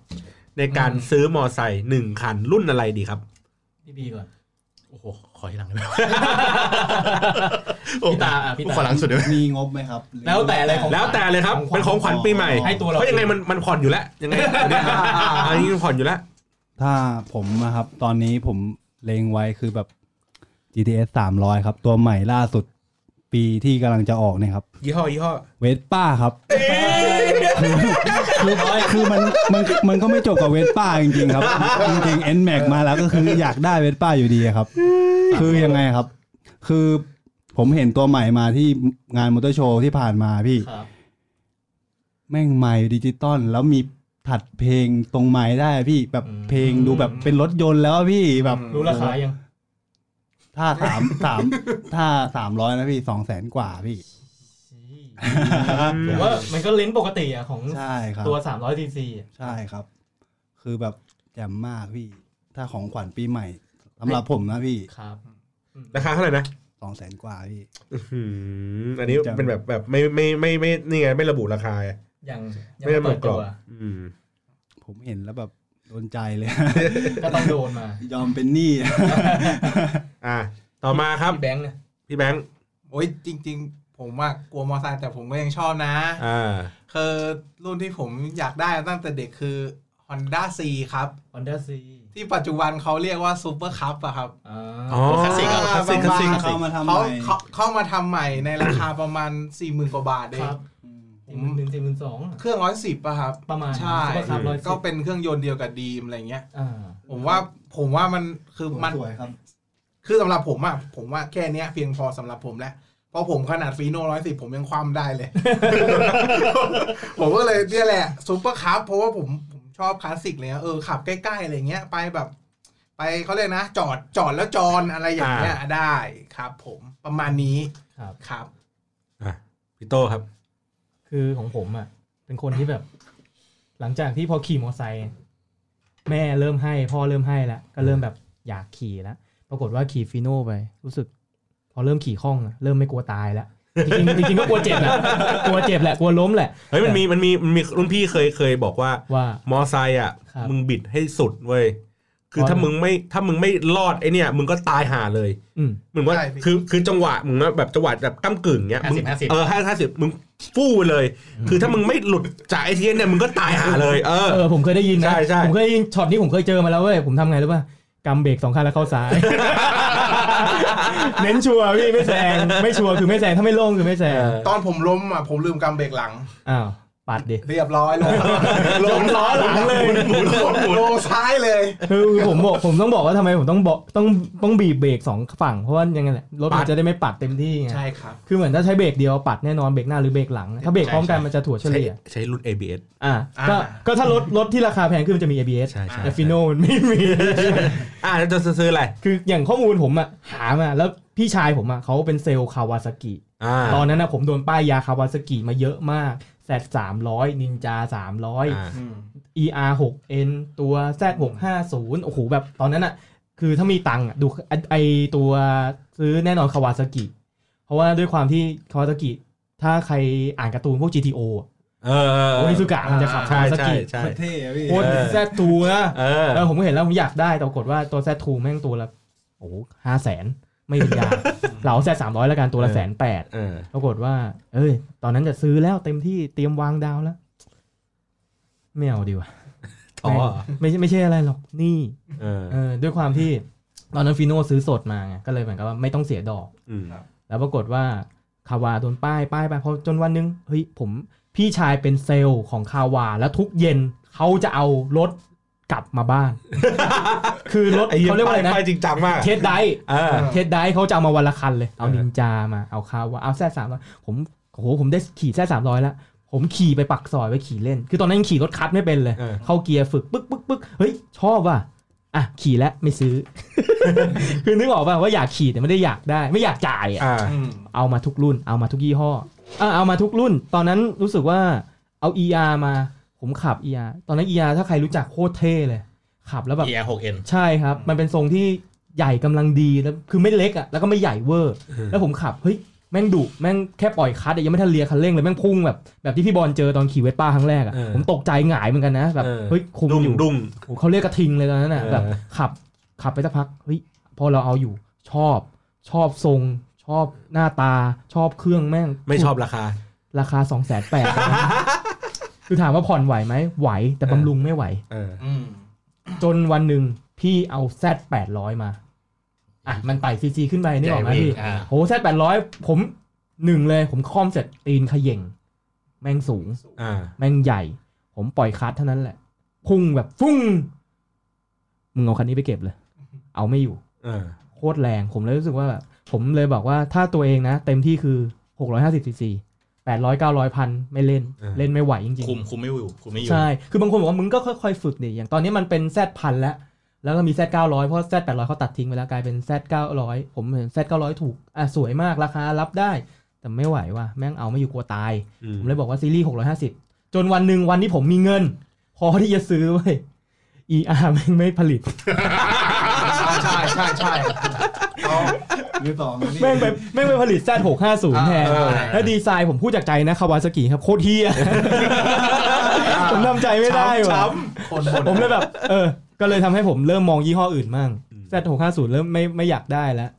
ในการซื้อมอไซค์หนึ่งคันรุ่นอะไรดีครับ พี่บีก่อน โอ้โหขอที่หลังได้ไหมโอ้ พี่ตาอ่ะพี่ตา ขอหลังสุดได้ไหม มีงบไหมครับหรือ แล้วแต่เลยของ แล้วแต่เลยครับเป็นของขวัญปีใหม่ ให้ตัวเรา เพราะยังไงมันมันผ่อนอยู่แล้วยังไง เนี่ยอันนี้มันผ่อนอยู่แล้ว ถ้าผมนะครับ ตอนนี้ผมเลงไว้คือแบบ GTS 300 ครับ ตัวใหม่ล่าสุดปีที่กำลังจะออกเนี่ยครับ ยี่ห้อยี่ห้อ เวสป้าครับคือคือมันมันมันก็ไม่จบกับเวสป้าจริงๆครับ จริงๆ N Max มาแล้วก็คืออยากได้เวสป้าอยู่ดีอะครับ คือยังไงครับ คือผมเห็นตัวใหม่มาที่งานมอเตอร์โชว์ที่ผ่านมาพี่ ครับ แม่งไม้ดิจิตอลแล้วมีถัดเพลงตรงไม้ได้อะพี่แบบเพลงดูแบบเป็นรถยนต์แล้วอะพี่แบบ รู้ราคายัง ถ้าสาม สามถ้าสามร้อยนะพี่สองแสนกว่าพี่ ผมว่ามันก็เลนส์ปกติอ่ะของ ใช่ครับ ตัว300ซีซีอ่ะ ใช่ครับ คือแบบแจ่มมากพี่ ถ้าของขวัญปีใหม่สำหรับผมนะพี่ ครับ ราคาเท่าไหร่นะ สองแสนกว่าพี่ อื้อหืออันนี้เป็นแบบแบบไม่ไม่ไม่ไม่ไม่นี่ไงไม่ระบุราคาไง ยังยัง ไม่ ไม่ ได้บ เปิ อก ด กร ตั อบ ว อืม ผมเห็นแล้วแบบโดนใจเลย ก็ต้องโดนมาย อมเป็นหนี้ อ่ะต่อมาครับ พี่แบงค์เนี่ย พี่แบงค์ โอ้ยจริง ๆ ผมว่ากลัวมอไซค์แต่ผมก็ยังชอบนะ อ่า คือรุ่นที่ผมอยากได้ตั้งแต่เด็กคือ Honda C ครับ ฮอนด้าซี ที่ปัจจุบันเขาเรียกว่าซูเปอร์คัพอะครับ อ๋อ อ๋อ คลาสสิกอ่ะคลาสสิกคลาสสิกคลาสสิ เขา ก มาทำ เขา ใหม่ เขาเข้ามาทำใหม่ในราคา ประมาณ 4 0 0 0 0กว่าบาทเอ ค ง รับ อืม สี่หมื่นหนึ่งสี่หมื่นสอง เครื่องร้อยสิบอะครับ ประมาณ ใช่ ซุปเปอร์คัพร้อยสิบ ก็เป็นเครื่องยนต์เดียวกับดีมอะไรเงี้ย อ่า ผมว่าผมว่ามันคือมัน สวยๆครับ คือสำหรับผมอะผมว่าแค่เนี้ยเพียงพอสำหรับผมแล้วเพราะผมขนาดฟีโน่ร้อยสิบผมยังคว่ำได้เลย ผมก็เลยเนี่ยแหละซูเปอร์คัพเพราะว่าผมผมชอบคลาสสิกเลยนะเออขับใกล้ๆอะไรเงี้ยไปแบบ ไปเขาเรียกนะ จอดจอดแล้วจอนอะไรอย่างเงี้ยได้ครับผมประมาณนี้ ครับ ครับ อ่ะพี่โตครับ คือของผมอ่ะ เป็นคนที่แบบ หลังจากที่พอขี่มอเตอร์ไซค์แม่เริ่มให้ พ่อเริ่มให้แล้วก็เริ่มแบบอยากขี่แล้วปรากฏว่าขี่ฟีโน่ไป รู้สึก พอเริ่มขี่คล่องอะเริ่มไม่กลัวตายแล้วจริงๆจริงๆก็กลัวเจ็บแหละกลัวเจ็บแหละกลัวล้มแหละ เฮ้ยมันมีมันมีมันมีรุ่นพี่เคยเคยบอกว่า ว่า มอไซค์อ่ะ ครับ มึงบิดให้สุดเว้ย คือถ้ามึงไม่ถ้ามึงไม่รอดไอเนี่ยมึงก็ตายห่าเลย อืม มึงว่า ใช่พี่ คือคือจังหวะมึงว่าแบบจังหวะแบบก้ากึ่งเงี้ยมึง 50-50 เออห้าห้าสิบมึงฟู่ไปเลย คือถ้ามึงไม่หลุดจากไอเทียนเนี่ยมึงก็ตายห่าเลยเออ เออผมเคยได้ยินนะ ใช่ใช่ ผมเคยได้ยินช็อตนี้ผมเคยเจอมาแล้วเว้ยผมทำไงรู้ป่ะกำเบรกสองคันแล้วเข้าซ้าย เน้นชัวร์พี่ไม่แซงไม่ชัวร์คือไม่แซงถ้าไม่โล่งคือไม่แซง ตอนผมล้มอ่ะผมลืมกำเบรกหลัง อ้าวปัดดิ เรียบร้อยลง ลงล้อหลังเลยหมุนลงซ้ายเลย คือผมบอกผมต้องบอกว่าทำไมผมต้องบอกต้องต้องบีบเบรกสองฝั่งเพราะว่ายังไงแหละรถมันจะได้ไม่ปัดเต็มที่ไง ใช่ครับ คือเหมือนถ้าใช้เบรกเดียวปัดแน่นอนเบรกหน้าหรือเบรกหลัง ถ้าเบรกพร้อมกันมันจะถั่วเฉ ใช้ ลี่ย ใช้รุ่น ABS อ่าก็ อ่า ก็ถ้ารถรถที่ราคาแพงขึ้นมันจะมี ABS ใช่ใช่ แต่ฟิโนมันไม่มี อ่ะแล้วจะซื้ออะไร คืออย่างข้อมูลผมอะหามาแล้วพี่ชายผมอะเขาเป็นเซลล์คาวาซากิ อ่า ตอนนั้นอะผมโดนป้ายยาคาวาซากิมาเยอะมากแซดสามร้อยนินจาสามร้อย อ่า ER 6 N ตัว Z 6 5 0โอ้โหแบบตอนนั้นอะคือถ้ามีตังค์อะดูไอไอตัวซื้อแน่นอนคาวาซากิเพราะว่าด้วยความที่คาวาซากิถ้าใครอ่านการ์ตูนพวก GTO อะ เออเออเอ โอ อ นิสุกะมันจะขับคา ใช่ วาซา ใช่ กิ ใช่ เท่อะพี่ โคตรแซดทูนะ เออ เออผมก็เห็นแล้วผมอยากได้แต่ปรากฏว่าตัวแซดทูแม่งตัวละโอ้โหห้าแสนไม่เป็น ยา เราแซดสามร้อยแล้วกันตัวละ เออ แสนแปด เออ ปรากฏว่า เอ้ย ตอนนั้นจะซื้อแล้วเต็มที่เตรียมวางดาวแล้ว ไม่เอาดีกว่า อ๋อ ไม่ไม่ใช่ไม่ใช่อะไรหรอกหนี่ เออ เออ ด้วยความที่ตอนนั้นฟิโน่ซื้อสดมาไงก็เลยเหมือนกับว่าไม่ต้องเสียดอก อืม แล้วปรากฏว่าคาวาโดนป้ายป้ายไปพอจนวันหนึงเฮ้ยผมพี่ชายเป็นเซลล์ของคาวาแล้วทุกเย็นเขาจะเอารถกลับมา บ้าน คือรถ ไอ้เหี้ย เขาเรียกว่าอะไรนะ ปจริงจังมาก เทสได เออ เทสได้เขาจะเอามาวันละคันเลย เอา เออ นินจามา เอาคาวาเอาแซ่สามร้อยผม โอ้โห ผมได้ขี่แซ่สามร้อยแล้ว ผมขี่ไปปักซอยไปขี่เล่น คือตอนนั้นยังขี่รถคัดไม่เป็นเลย เออ เข้าเกียร์ฝึกปึ๊กปึ๊กปึ๊กเฮ้ย ชอบว่ะ อ่ะ ขี่แล้วไม่ซื้อ คือนึกออกป่ะว่าอยากขี่แต่ไม่ได้อยากได้ ไม่อยากจ่ายอ่ะ อ่า เอามาทุกรุ่น เอามาทุกยี่ห้ออ่ะเอามาทุกรุ่น ตอนนั้นรู้สึกว่าเอา ER มา ผมขับ ER ตอนนั้น ER ถ้าใครรู้จักโคตรเท่เลย ขับแล้วแบบ ER 6N ใช่ครับ มันเป็นทรงที่ใหญ่กำลังดีแล้วคือไม่เล็กอะ่ะ แล้วก็ไม่ใหญ่เวอร์ อืม แล้วผมขับ เฮ้ย แม่งดุแม่งแค่ปล่อยคัสอะยังไม่ทันเลียคันเร่งเลย แม่งพุ่งแบบ แบบที่พี่บอลเจอตอนขี่เวสป้าครั้งแรก เออ อะ่ะ ผมตกใจหงายเหมือนกันนะ แบบ เออ เฮ้ย คุม ดุ้ง อยู่ ดุ้ง โอ้โหเขาเรียกกระทิงเลยตอนนั้นอ่ะ เออ แบบขับขับไปสักพัก เฮ้ย พอเราเอาอยู่ ชอบ ชอบทรง ชอบหน้าตา ชอบเครื่องแม่ง ไม่ชอบราคา ราคาสองแสน แปดคือถามว่าผ่อนไหวไหมไหว แต่บำรุงไม่ไหว เออ อืม จนวันหนึ่งพี่เอาแซดแปดร้อยมา อ่ะ มันไต่ซีซีขึ้นไปนี่ออกไหมพี่ อ่า โหแซดแปดร้อยผมหนึ่งเลยผมคล่อมเสร็จตีนเขย่ง แม่งสูง อ่า แม่งใหญ่ ผมปล่อยคัสเท่านั้นแหละ พุ่งแบบฟุ้ง มึงเอาคันนี้ไปเก็บเลย เอาไม่อยู่ เออ โคตรแรงผมเลยรู้สึกว่าแบบผมเลยบอกว่าถ้าตัวเองนะ เต็มที่คือหกร้อยห้าสิบซีซีแปดร้อยเก้าร้อยพันไม่เล่น เออ เล่นไม่ไหวจริงๆ คุมคุมไม่อยู่คุมไม่อยู่ ใช่ คือบางคนบอกว่ามึงก็ค่อยๆฝึกดิอย่างตอนนี้มันเป็น Z พันแล้ว แล้วก็มี Z 900 เพราะ Z 800เขาตัดทิ้งไปแล้วกลายเป็น Z 900 ผมเห็น Z 900 ถูก อ่ะสวยมากราคารับได้ แต่ไม่ไหวว่ะ แม่งเอาไม่อยู่กลัวตาย อื ผม มเลยบอกว่าซีรีส์ 650 จนวันหนึ่งวันที่ผมมีเงิน พอที่จะซื้อเว้ย ER แม่งไม่ผ ลิต ใช่ใช่ใช่ใช่เอา มือสองอันนี้ แม่งไปแม่งไปผลิต Z 650แทนแล้วดีไซน์ผมพูดจากใจนะคาวาซากิครับโคตรเฮี ย ผมทำใจไม่ได้ว่ะ คน ผมเลยแบบ เออ ก็เลยทำให้ผมเริ่มมองยี่ห้ออื่นมั่ง Z650 เริ่มไม่ไม่อยากได้แล้ว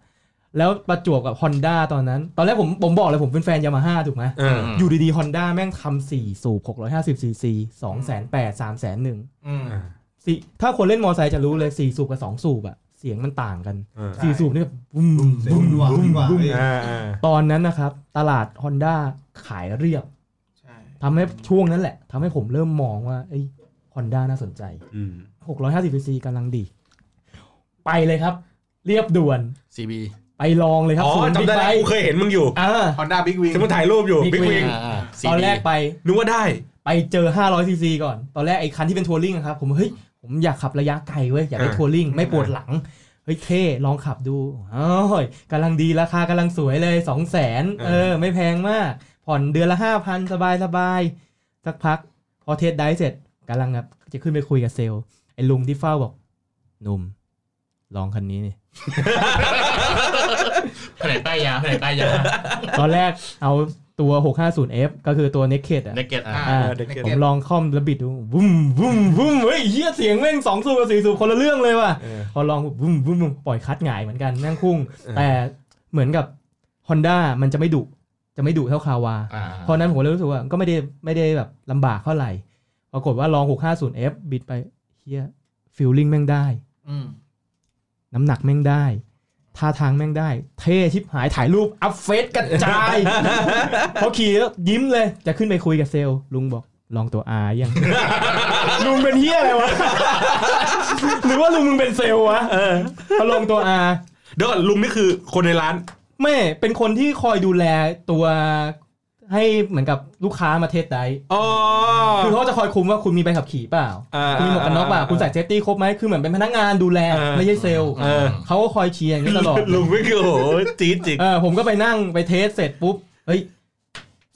แล้วประจวบกับ Honda ตอนนั้น ตอนแรกผมผมบอกเลยผมเป็นแฟนยามาฮ่าถูกไหม เออ อยู่ดีๆ Honda แม่งทำสี่สูบ650 c c 2 8 0 0 0 3 0 0 0 อืม 0สี่ถ้าคนเล่นมอไซค์จะรู้เลยสี่สูบกับสองสูบอะเสียงมันต่างกัน เออ สี่สูบนี่แบบบุ้มบุ้ม เสียง บุ้ม หวานกว่า บุ้ม พี่ อ่าอ่า ตอนนั้นนะครับ ตลาด Honda ขายเรียบ ใช่ ทำให้ช่วงนั้นแหละทำให้ผมเริ่มมองว่าไอ้ย Honda น่าสนใจ อืม หกร้อยห้าสิบซีกำลังดี ไปเลยครับ เรียบด่วน CB ไปลองเลยครับ อ๋อ ศูนย์บิ๊ จำ ก ได้ ไบ แล้ว ค์ กูเคยเห็นมึงอยู่ อ่า Honda Big Wing ฉันมึงถ่ายรูปอยู่ Big บิ๊กวิง Wing อ่าอ่า ตอน CB แรกไป นึกว่าได้ ไปเจอห้าร้อยซีซีก่อน ตอนแรกไอ้คันที่เป็นทัวริงอะครับ ผมเฮ้ย ผมอยากขับระยะไกลเว้ย อยากได้ อ่า ทัวริงไม่ปวดหลัง เฮ้ยเท่ลองขับดูโอ้ยกำลังดีราคากำลังสวยเลยสองแสนเออ ไม่แพงมาก ผ่อนเดือนละห้าพันสบายสบายๆสักพัก พอเทสได้เสร็จกำลังแบบจะขึ้นไปคุยกับเซลล์ไอ้ลุงที่เฝ้าบอกหนุ่มลองคันนี้นี่ แผนกป้ายยาแผนกป้ายยา ตอนแรกเอา ตัว 650F ก็คือตัว Naked อ่ะ เนเกตอ่ะ อ่า เด็กเก็ต ผมลองคอมแล้วบิดดูวุ้มวุ้มวุ้มเฮ้ยเฮียเสียงแม่งสองสูบกับสี่สูบคนละเรื่องเลยว่ะ เออ พอลองวุ้มวุ้มวุ้มปล่อยคัดหงายเหมือนกันนั่งคุ้ง แต่เหมือนกับ Honda มันจะไม่ดุจะไม่ดุเท่าคาวา อ่า เพราะฉะนั้นผมเลยรู้สึกว่าก็ไม่ได้ไม่ได้แบบลำบากเท่าไหร่ ปรากฏว่าลอง 650F บิดไปเฮียฟิลลิ่งแม่งได้ อืม น้ำหนักแม่งได้ ท่าทางแม่งได้ เท่ชิบหายถ่ายรูป อัพเฟซกระจาย พอขี่แล้วยิ้มเลย จะขึ้นไปคุยกับเซลล์ลุงบอกลองตัวอายัง ลุงเป็นเฮียอะไร วะ หรือว่าลุงมึงเป็นเซลล์วะพอลงตัวอา เดี๋ยวก่อนลุงนี่คือคนในร้าน แม่เป็นคนที่คอยดูแลตัวให้เหมือนกับลูกค้ามาเทสได้ อ๋อ คือเขาจะคอยคุมว่าคุณมีใบขับขี่เปล่า อ่า คุณมีหมวกกันน็อกเปล่า อ่า คุณใส่เซฟตี้ครบไหม คือเหมือนเป็นพนักงานดูแล เออ ไม่ใช่เซลล์ เออ เขาก็คอยเชียร์อย่างนี้ตลอด ลุงไม่คือโอ้โหจี๊ดจิก เออผมก็ไปนั่งไปเทสเสร็จปุ๊บ เฮ้ย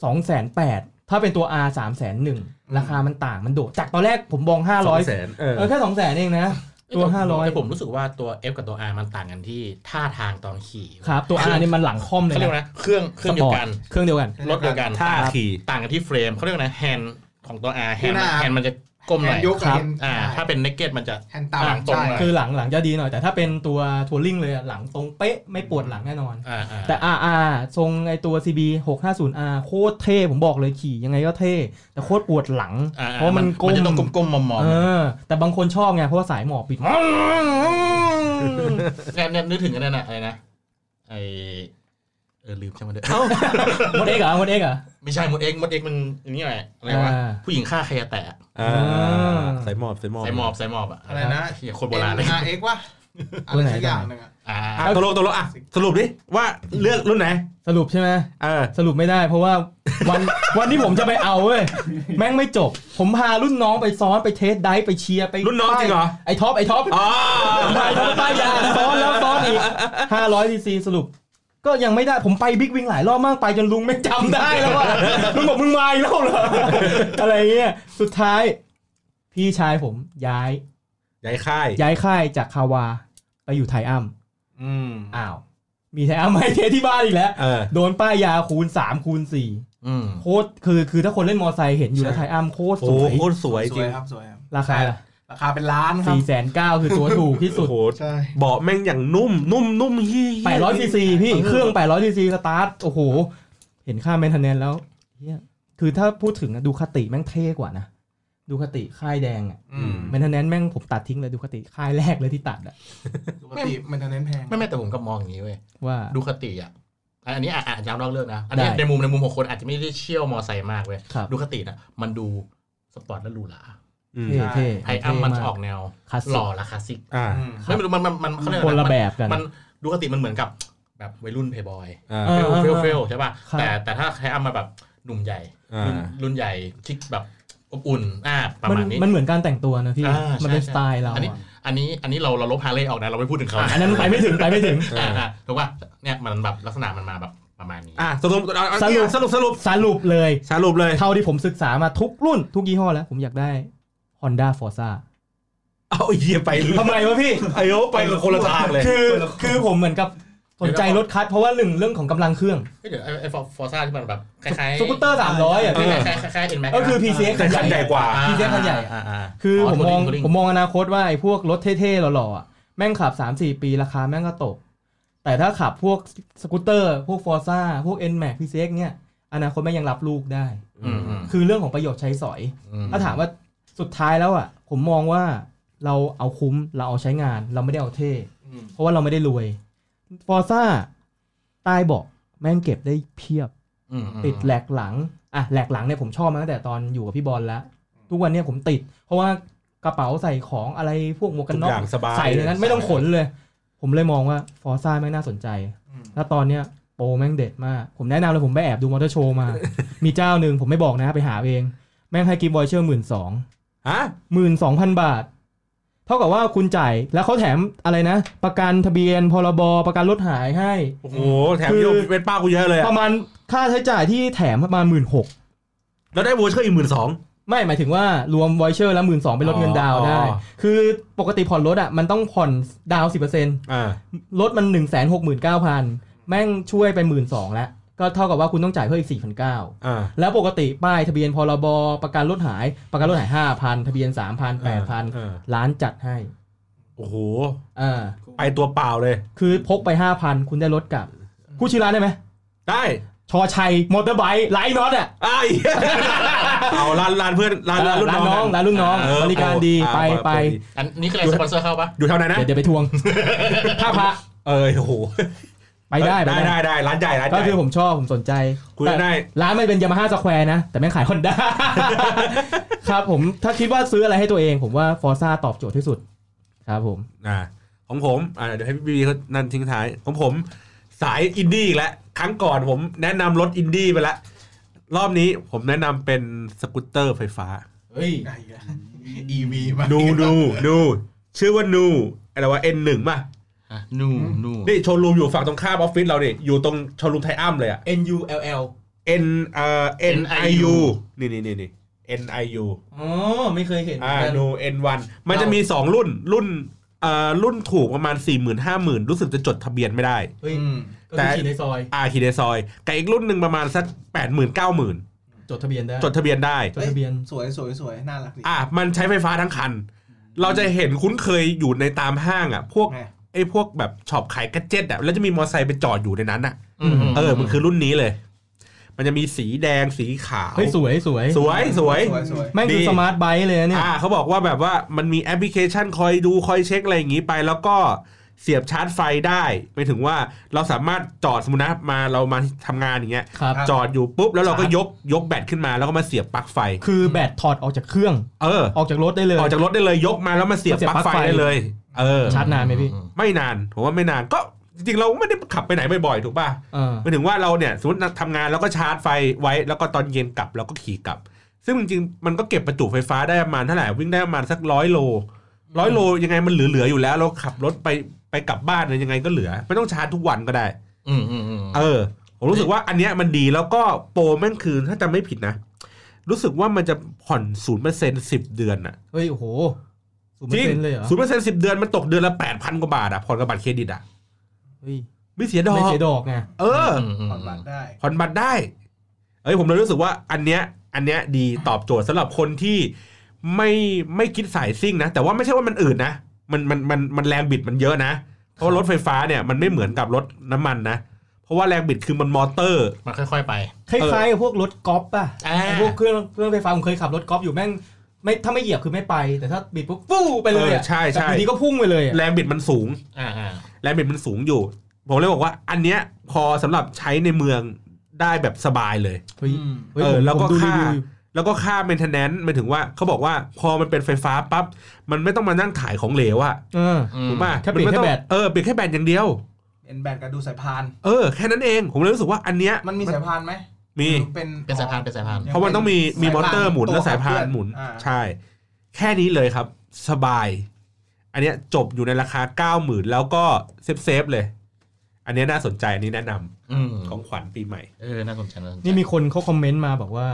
สองแสนแปดถ้าเป็นตัว R สามแสนหนึ่งราคามันต่างมันโดด จากตอนแรกผมมองห้าร้อย เออ เออแค่สองแสนเองนะ ตัวห้าร้อย แต่ผมรู้สึกว่าตัว F กับตัว R มันต่างกันที่ท่าทางตอนขี่ ครับ ตัว R นี่มันหลังค่อมเลย เขาเรียกว่า นะ นะเครื่องเครื่องเดียวกัน สปร์ตเครื่องเดียวกัน รถเดียวกัน ท่าขี่ ต่างกันที่เฟรมเขาเรียกว่านะแฮนของตัว R แฮนแฮนมันจะก้มห แฮ น่อน ย ด์ยก ครับ แฮนด์ อ่า ถ้าเป็นเนเกตมันจะ แฮนด์ต่ อ่า ำ ตรง ใช่ เลย คือหลังหลังจะดีหน่อย แต่ถ้าเป็นตัวทัวริงเลยอะหลังตรงเป๊ะไม่ปวดหลังแน่นอน อ่าอ่า แต่ RR ทรงไอตัว CB 650R โคตรเท่ ผมบอกเลยขี่ยังไงก็เท่ แต่โคตรปวดหลัง อ่ เพราะมันก้ มันจะต้อง ม ก้มๆมอง เออ แต่บางคนชอบไง เพราะว่าสายหมอบปิด ๆแน่นๆนึกถึงอันนั้นอะอะไรนะไอเออลืมช่างมันเถอะ มดเอ็กเหรอมดเอ็กเหรอ ไม่ใช่มดเอ็กมดเอ็กมันอย่างนี้แหละอะไรวะ อ่า ผู้หญิงฆ่าใครอะแตะ อ่า อ ใส่หมอบใส่หมอบ ใส่หมอบใส่หมอบอะ อะไรนะ เหี้ยคนโบราณเลย เอ็กวะอะไรสักอย่างหนึงอะ อ่า อ่ะตกลงตกลงอ่ะสรุปดิว่าเลือกรุ่นไหน สรุปใช่ไหม เออ สรุปไม่ได้ เพราะว่าวัน วันที่ผมจะไปเอาเว้ย แม่งไม่จบ ผมพารุ่นน้องไปซ้อนไปเทสไดฟ์ไปเชียร์ไป รุ่นน้องจริงเหรอ ไอท็อปไอท็อป อ๋อ ไปทำป้ายยาซ้อนแล้วซ้อนอีกห้าร้อยซีซีสรุป ก็ยังไม่ได้ผมไปบิ๊กวิงหลายรอบมากไปจนลุงไม่จำได้แล้วว่า ลุงบอกมึงมาอีกแล้วเหรอ อะไรเงี้ยสุดท้าย พี่ชายผมย้าย ย้ายค่าย ย้ายค่ายจากคาวา ไปอยู่ไทอัม อืม อ้าว มีไทอัมให้เทสที่บ้านอีกแล้ว เออ โดนป้ายยาคูณ 3 คูณ อืม 4 โคตรคือคือถ้าคนเล่นมอไซค์เห็นอยู่แล้ว ใช่ ไทอัมโคตร โอ้ ส โห วย โคตรสวย ส จริ วย ง ครับสวยครับ ราคาล่ะ ราคาเป็นล้านครับ สี่แสนเก้าคือตัวถูกที่สุ โอ้ ด โห ใช่ เบาะแม่งอย่างนุ่ม นุ่มนุ่มเยี่ย 800ซีซีพี่เครื่อง800ซีซีสตาร์ทโอ้โห เห็นค่าแมนเทนแนนแล้วเหี้ยคือถ้าพูดถึงอะดูคาติแม่งเท่กว่านะ ดูคาติค่ายแดงอะ อืม แมนเทนแนนแม่งผมตัดทิ้งเลยดูคาติค่ายแรกเลยที่ตัดอะ ปกติมันจะเน้นแพง ไม่ไม่แต่ผมก็มองอย่างนี้เว้ย ว่า ดูคติอ่ะอันอันนี้อ่ะอ่ะย้ำนอกเรื่องนะอันนี้ ได้ ในมุมในมุมของคนอาจจะไม่ได้เชี่ยวมอไซค์มากเว้ย ครับ ดูคตินะมันดูสปอร์ตและหรูหรา อืม เท่เท่ ไทอัมมันจะออก เท่า แนว คลาสสิก หล่อและคลาสสิก อ่า อืม ไม่รู้มันมันมันเขาเรียก คนละ อไร แบบกัน มันดูคติมันเหมือนกับแบบวัยรุ่นเพย์บอย อ่า เออ เฟลเฟลใช่ป่ะ ครับ แต่แต่ถ้าใครเอามาแบบหนุ่มใหญ่ อ่ารุ่ รุ่นรุ่นใหญ่ชิคแบบอบอุ่นอ่าประ มัน มาณนี้ มันเหมือนการแต่งตัวนะพี่ อ่า มันเป็นส ใช่ ไตล์เรา อันนี้ อะ อันนี้อันนี้เราเราลบฮาร์เลย์ออกนะ เราไม่พูดถึงเขา อ่ะอันนั้นไปไม่ถึงไปไม่ถึง อ่าอ่าถูกป่ะเนี่ยมันแบบลักษณะมันมาแบบประมาณนี้ อ่ะสรุปเอาเอา สรุป สรุปสรุป สรุปเลย สรุปเลย เท่าที่ผมศึกษามาทุกรุ่น ทุกยี่ห้อแล้ว ผมอยากได้ Honda Forza เอาไอ้เยียไป ทำไมวะพี่ ไอ้โอ้ไปกับคนละทางเลย คือคือผมเหมือนกับสนใจรถคัสเพราะว่าหนึ่งเรื่องของกำลังเครื่อง เอ้ยเดี๋ยวไอ้ไอ้ฟอร์ซ่าที่มันแบบคล้ายๆ สกูตเตอร์ 300อ่ะ ค พี่ ล้ายๆคล้ายๆคล้ายเอ็นแม็ก ก็คือ PCX แต่คันใหญ่กว่า พี่เจ๊คันใหญ่ คือผมมองผมมองอนาคตว่าไอ้พวกรถเท่ๆหล่อๆอ่ะแม่งขับ 3-4 ปีราคาแม่งก็ตก แต่ถ้าขับพวกสกูตเตอร์ พวกฟอร์ซ่าพวก n m a x p c x เนี่ยอนาคตแม่งยังรับลูกได้ อืมอืม คือเรื่องของประโยชน์ใช้สอย อืม ถ้าถามว่าสุดท้ายแล้วอ่ะ ผมมองว่าเราเอาคุ้มเราเอาใช้งานเราไม่ได้เอาเท่ อืม เพราะว่าเราไม่ได้รวยฟอร์ซ่าใต้เบาะแม่งเก็บได้เพียบ อืมอืม ติดแหลกหลัง อ่ะแหลกหลังเนี่ยผมชอบมาตั้งแต่ตอนอยู่กับพี่บอลแล้ว ทุกวันเนี่ยผมติด เพราะว่ากระเป๋าใส่ของอะไรพวกหมวกกันน็ทุอกกอย่างสบาย ใส่ในนั้นไม่ต้องขนเลย ผมเลยมองว่าฟอร์ซ่าแม่งน่าสนใจ อืม แล้วตอนเนี้ยโปรแม่งเด็ดมาก ผมแนะนำเลยผมไปแอบดูมอเตอร์โช ว์มา มีเจ้าหนึ่งผมไม่บอกนะไปหาเอง แม่งให้กิฟต์วอยเชอร์หมื่นสอง ฮะ หมื่นสองพันบาท เท่ากับว่าคุณจ่ายแล้วเขาแถมอะไรนะ ประกันทะเบียน พรบ ประกันรถหายให้ โอ้โหแถมยกเป็นป้ากูเยอะเลย ป อะ ระมาณค่าใช้จ่ายที่แถมประมาณหมื่นหก แล้วได้โวเชอร์อีกหมื่นสอง ไม่หมายถึงว่ารวมไวเชอร์แล้วหมื่นสองเป็นลดเงินดาวน์ได้ อ๋อ คือปกติผ่อนรถอ่ะมันต้องผ่อนดาวสิบเปอร์เซ็นต์ อ่าร ถมันหนึ่งแสนหกหมื่นเก้าพันแม่งช่วยไปหมื่นสองแล้ว ก็เท่ากับว่าคุณต้องจ่ายเพิ่มอีก4 9 0 อ่า แล้วปกติป้ายทะเบียนพรบประกันรถหาย ประกันรถหาย 5,000 ทะเบียน 3,000 เออ 8,000 ล้านจัดให้ โอ้โห เออ ไปตัวเปล่าเลย คือพกไป 5,000 คุณได้รถกลับพูดชื่อร้านได้ไหม ได้ ชอชัยมอเตอร์ไบค์ไลน์น็อตอ่ะ ไอ้เหี้ยเอาร้านร้านเพื่อนร้านร้านรุ่น ร้าน น้ น้ อ องงร้านรุ่นน้อง เออบ ริการดี อ่ ไปไป อันนี้คืออะไรสปอนเซอร์เข้าปะ อยู่แถวไหนนะ เดี๋ยวเดี๋ยวไป ทวงท่าพระ เออโอ้โห ไปได้ ได้ได้ได้ร้านใหญ่ร้านให ก็ ญ่ คือผมชอบผมสนใจ คุณได้ ร้านมันเป็นยามาฮ่าสแควร์นะ แต่ไม่งขายค อนด้าครับผมถ้าคิดว่าซื้ออะไรให้ตัวเอง ผมว่าฟอร์ซ่าตอบโจทย์ที่สุดครับผม อ่าของผมอ่าเดี๋ยวให้พี่บีเขานั่นทิ้งท้ายของผมสายอินดี้อีกแล้วครั้งก่อนผมแนะนำรถอินดี้ไปแล้วรอบนี้ผมแนะนำเป็นสกูตเตอร์ไฟฟ้า เฮ้ย ไอ้เหี้ย EV มา นูนูนูชื่อว่านูอะไรวะ N หนึ่งป่ะ นูนู นี่โชว์รูมอยู่ฝั่งตรงข้ามออฟฟิศเราเนี่ยอยู่ตรงโชว์รูมไทอัมเลยอะ N U L L N เอ่อ N I U นี่นี่นี่นี่ N I U อ๋อไม่เคยเห็น อ่านู N 1มันจะมี 2 รุ่นรุ่นเอ่อรุ่นถูกประมาณ 4 0 0 0 0 5 0,000 รู้สึกจะจดทะเบียนไม่ได้ เฮ้ย อืม แต่ ก็คือขี่ในซอย อาคีเดซอยกับอีกรุ่นหนึ่งประมาณสัก8 0 0 0 0 9 0 จดทะเบียนได้ 0จดทะเบียนได้ จดทะเบียน สวยสวยสวยน่ารักดี อ่ะมันใช้ไฟฟ้าทั้งคัน เราจะเห็นคุ้นเคยอยู่ในตามห้างอ่ะ พวก ไง ไอ้พวกแบบช็อปขายกระเจ็ดอ่ะแล้วจะมีมอเตอร์ไซค์ไปจอดอยู่ในนั้นอ่ะ เออ มันคือรุ่นนี้เลย มันจะมีสีแดงสีขาว เฮ้ย สวยสวย สวยสวย สวยสวย แม่งคือ ดี สมาร์ทไบค์เลยนะเนี่ย อ่าเขาบอกว่าแบบว่ามันมีแอปพลิเคชันคอยดูคอยเช็คอะไรอย่างนี้ไป แล้วก็เสียบชาร์จไฟได้หมายถึงว่าเราสามารถจอดสมมตินะมาเรามาทำงานอย่างเงี้ย ครับ จอดอยู่ปุ๊บ แล้วเราก็ ชาร์จ ยกยกแบตขึ้นมาแล้วก็มาเสียบปลั๊กไฟ คือแบตถอดออกจากเครื่อง เออ ออกจากรถได้เลย ออกจากรถได้เลยยกมาแล้วมาเสียบ เสียบ ปลั๊ก ปลั๊ก ไฟ ไฟ ได้เลย เออ ชาร์จนานไหมพี่ ไม่นานผมว่าไม่นานก็จริงๆเราไม่ได้ขับไปไหนบ่อยๆถูกป่ะ เออ หมายถึงว่าเราเนี่ยสมมติทำงานแล้วก็ชาร์จไฟไว้ แล้วก็ตอนเย็นกลับแล้วก็ขี่กลับ ซึ่งจริงๆมันก็เก็บประจุไฟฟ้าได้ประมาณเท่าไหร่วิ่งได้ประมาณสักร้อยโลร้อยโลยังไงมันเหลือๆอยู่แล้ว เราขับรถไปไปกลับบ้านเนี่ยยังไงก็เหลือ ไม่ต้องชาร์จทุกวันก็ได้ อืมอืมอืม เออผมรู้สึกว่าอันเนี้ยมันดีแล้วก็โปรแม่งคือถ้าจำไม่ผิดนะ รู้สึกว่ามันจะผ่อนศูนย์เปอร์เซ็นต์สิบเดือนอะ เฮ้ย โอ้โหสูงเปจอร์ ริง เซ็นต์เลยเหรอ ศูนย์เปอร์เซ็นต์สิบเดือนมันตกเดือนละแปดพันกว่าบาทอะผ่อนกับบัตรเครดิตอะ เฮ้ย ไม่เสียดอ ไม่ ก เสียดอกไง เออ ม ผ่อนบัตรได้ ผ่อนบัตรได้ เอ้ยผมเลยรู้สึกว่าอันเนี้ยอันเนี้ยดีตอบโจทย์สำหรับคนที่ไม่ไม่คิดสายซิ่งนะ แต่ว่าไม่ใช่ว่ามันอื่นนะ มันมันมันมันแรงบิดมันเยอะนะ เพราะว่ารถไฟฟ้าเนี่ยมันไม่เหมือนกับรถน้ำมันนะ เพราะว่าแรงบิดคือมันมอเตอร์ มันค่อยๆไป คล้ายๆกับพวกรถกอล์ฟป่ะ อ่า ไอ้พวกเครื่องเครื่องไฟฟ้าผมเคยขับรถกอล์ฟอยู่แม่ง ไม่ถ้าไม่เหยียบคือไม่ไป แต่ถ้าบิดปุ๊บฟู่ไปเลยอะ เออใช่ใช่ แต่ทีนี้ก็พุ่งไปเลยอะ แรงบิดมันสูง อ่าอ่า แรงบิดมันสูงอยู่ ผมเลยบอกว่า อันเนี้ยพอสำหรับใช้ในเมืองได้แบบสบายเลย เฮ้ย อืม เฮ้ย เอ ผ อ ม แล้วก็ ผมดูรี ค่า วิวอยู่ แล้วก็ค่า maintenance หมายถึงว่าเขาบอกว่าพอมันเป็นไฟฟ้าปั๊บมันไม่ต้องมานั่งถ่ายของเหลวอะ เออ ถูกป่ะ แค่เปลี่ยน มัไม่ต้อง แค่แบต เออเปลี่ยนแค่แบตอย่างเดียว เป็นแบตกับดูสายพาน เออแค่นั้นเองผมเลยรู้สึกว่าอันเนี้ย มันมีสายพานไหม มี หรือเป็น เป็นสายพานเป็นสายพาน เพราะมันต้องมีมีมอเตอร์หมุนและสายพานหมุน อ่า ใช่ แค่นี้เลยครับ สบาย อันเนี้ยจบอยู่ในราคา9ก้าหมื่นแล้วก็เซฟเซฟๆเลย อันเนี้ยน่าสนใจอันนี้แนะนำ อืม ของขวัญปีใหม่ เออน่าสนใจน่าสนใจ นี่มีคนเขาคอมเมนต์มาบอกว่า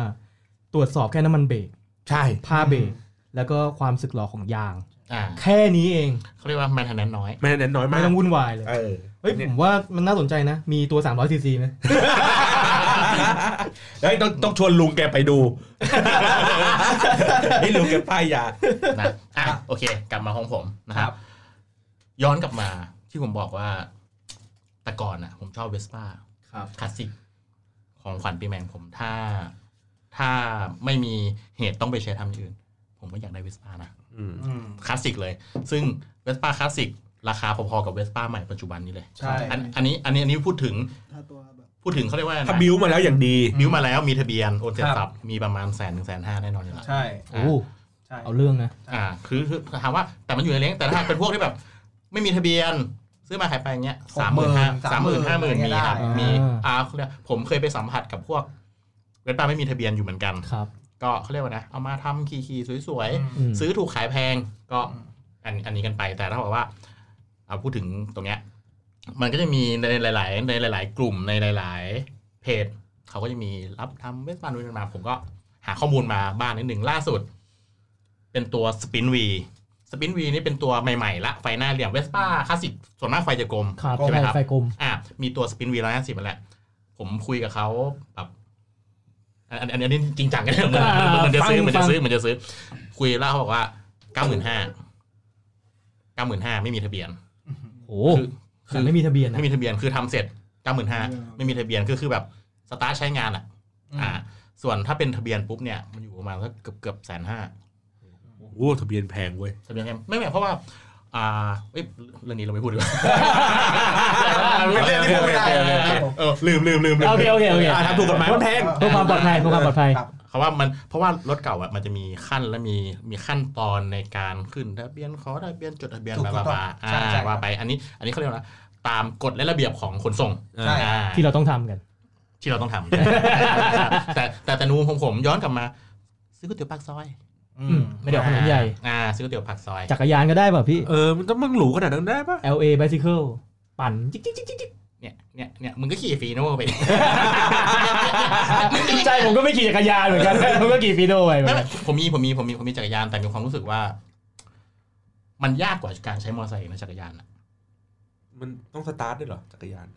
ตรวจสอบแค่น้ำมันเบรก ใช่ ผ้าเบรกแล้วก็ความสึกหรอของยาง อ่า แค่นี้เอง เขาเรียกว่าแมนทันแนนน้อย ไม่ได้น้อยมา ไม่ ก ต้องวุ่นวายเลย เออ เฮ้ยผมว่ามันน่าสนใจนะ มีตัว 300ซีซีไหม เฮ้ยต้องต้องชวนลุงแกไปดู นี่ลุงแกป้ายยา นะอ่ะโอเค กลับมาของผมนะค ค รั รับ บ ย้อนกลับมาที่ผมบอกว่า แต่ก่อนอ่ะ ผมชอบเวสป้า ครับ คลาสสิก ของขวัญปีใหม่ของผมถ้า ถ้าไม่มีเหตุต้องไปใช้ทำอย่างอื่น ผมก็อยากได้เวสป้านะ อืม อืม คลาสสิกเลย ซึ่งเวสป้าคลาสสิกราคาพอๆกับเวสป้าใหม่ปัจจุบันนี้เลย ใช่ อันอันนี้อันนี้อันนี้พูดถึง ถ้าตัวแบบ พูดถึงเขาเรียกว่าอะไร ถ้า นะ บิวมาแล้วอย่างดี บิวมาแล้วมีทะเบียนโอนเสร็จ ครั สับบ มีประมาณแสนถึงแสนห้าแน่นอนอยู่แล้ว ใช่ โอ้ ใช่ เอาเรื่องนะ อ่าคือคือถามว่าแต่มันอยู่ในเลงแต่ถ้าเป็นพวกที่แบบ ไม่มีทะเบียน ซื้อมาขายไปอย่างเงี้ยสามหมื่นห้าสามหมื่นห้าหมื่นมีครับ อ่ามี มีอ่าเขาเรียกผมเคยไปสัมผัสกับพวกเวสป้าไม่มีทะเบียนอยู่เหมือนกัน ครับ ก็เขาเรียกว่านะเอามาทำขี่ๆสวย อื ๆ ม ม ซื้อถูกขายแพงก็อันอันนี้กันไปแต่ถ้าบอกว่าเอาพูดถึงตรงเนี้ยมันก็จะมีในหลาย ๆ ในหลาย ๆ กลุ่มในหลาย ๆ เพจเขาก็จะมีรับทำเวสบ้านเวสมาผมก็หาข้อมูลมาบ้างนิดหนึ่งล่าสุด เป็นตัวสปินวีสปินวีนี่เป็นตัวใหม่ ๆ ละไฟหน้าเหลี่ยมเวสป้าคลาสสิกส่วนมากไฟจะกลม ครับ ใช่ไหมครับ ไฟกลม อ่ะมีตัวสปินวีร้อยห้าสิบมาแล้วผ ผมคุยกับเขาแบบอันอันอันอันนี้จริงจังกันเลยเหมือนมันจะซื้อเหมันจะซื้อเหมันจะซื้อ คุยแล้วเขาบอกว่าเก้าหมื่นห้าเก้าหมื่นห้าไม่มีทะเบียน โอ้โห คือ แต่ไม่มีทะเบียนนะ ไม่มีทะเบียนคือทำเสร็จเก้าหมื่นห้าไม่มีทะเบียนก็คือแบบสตาร์ทใช้งานอ่ะ อ่า ส่วนถ้าเป็นทะเบียนปุ๊บเนี่ยมันอยู่ประมาณสักเกือบเกือบแสนห้า โอ้ทะเบียนแพงเว้ย ทะเบียนไงไม่แม่เพราะว่า อ่าเอ้ยเรื่องนี้เราไม่พูดดีกว่า เป็นเรื่องที่พูดไม่ได้นะครับผม เออลืมลืมลืมลืม โอเคโอเคโอเค อ่าทำถูกกฎหมายมันแพง เพื่อความปลอดภัยเพื่อความปลอดภัย ครับ เขาว่ามันเพราะว่ารถเก่าอ่ะมันจะมีขั้นและมีมีขั้นตอนในการขึ้นทะเบียนขอทะเบียนจดทะเบียน ถูก บา ถูก บา ต้อง บาอ่า ใช่ใช่ ว่าไปอันนี้อันนี้เขาเรียกว่าตามกฎและระเบียบของขนส่ง ใช่ อ่า ที่เราต้องทำกัน ที่เราต้องทำ แต่แต่แต่นูผมผมย้อนกลับมา ซื้อก๋วยเตี๋ยวปากซอย อืม ไม่ได้ออกถนนใหญ่ อ่าซื้อก๋วยเตี๋ยวปากซอย จักรยานก็ได้ป่ะพี่ เออ มันต้องมั่งหรูขนาดนั้นได้ปะ LA bicycle ปั่นจิ๊กจิ๊กจิ๊กจิ๊กจิ๊ก เนี่ยเนี่ยเนี่ยมึงก็ขี่ฟีโน่ไป ใช่ผมก็ไม่ขี่จักรยานเหมือนกัน ผมก็ขี่ฟีโดไปเหมือ ไม่ นกั ไม่ น ผมมีผมมีผมมีผมมีจักรยานแต่มีความรู้สึกว่า มันยากกว่าการใช้มอเตอร์ไซค์นะจักรยานอะ มันต้องสตาร์ทด้วยเหรอจักรยาน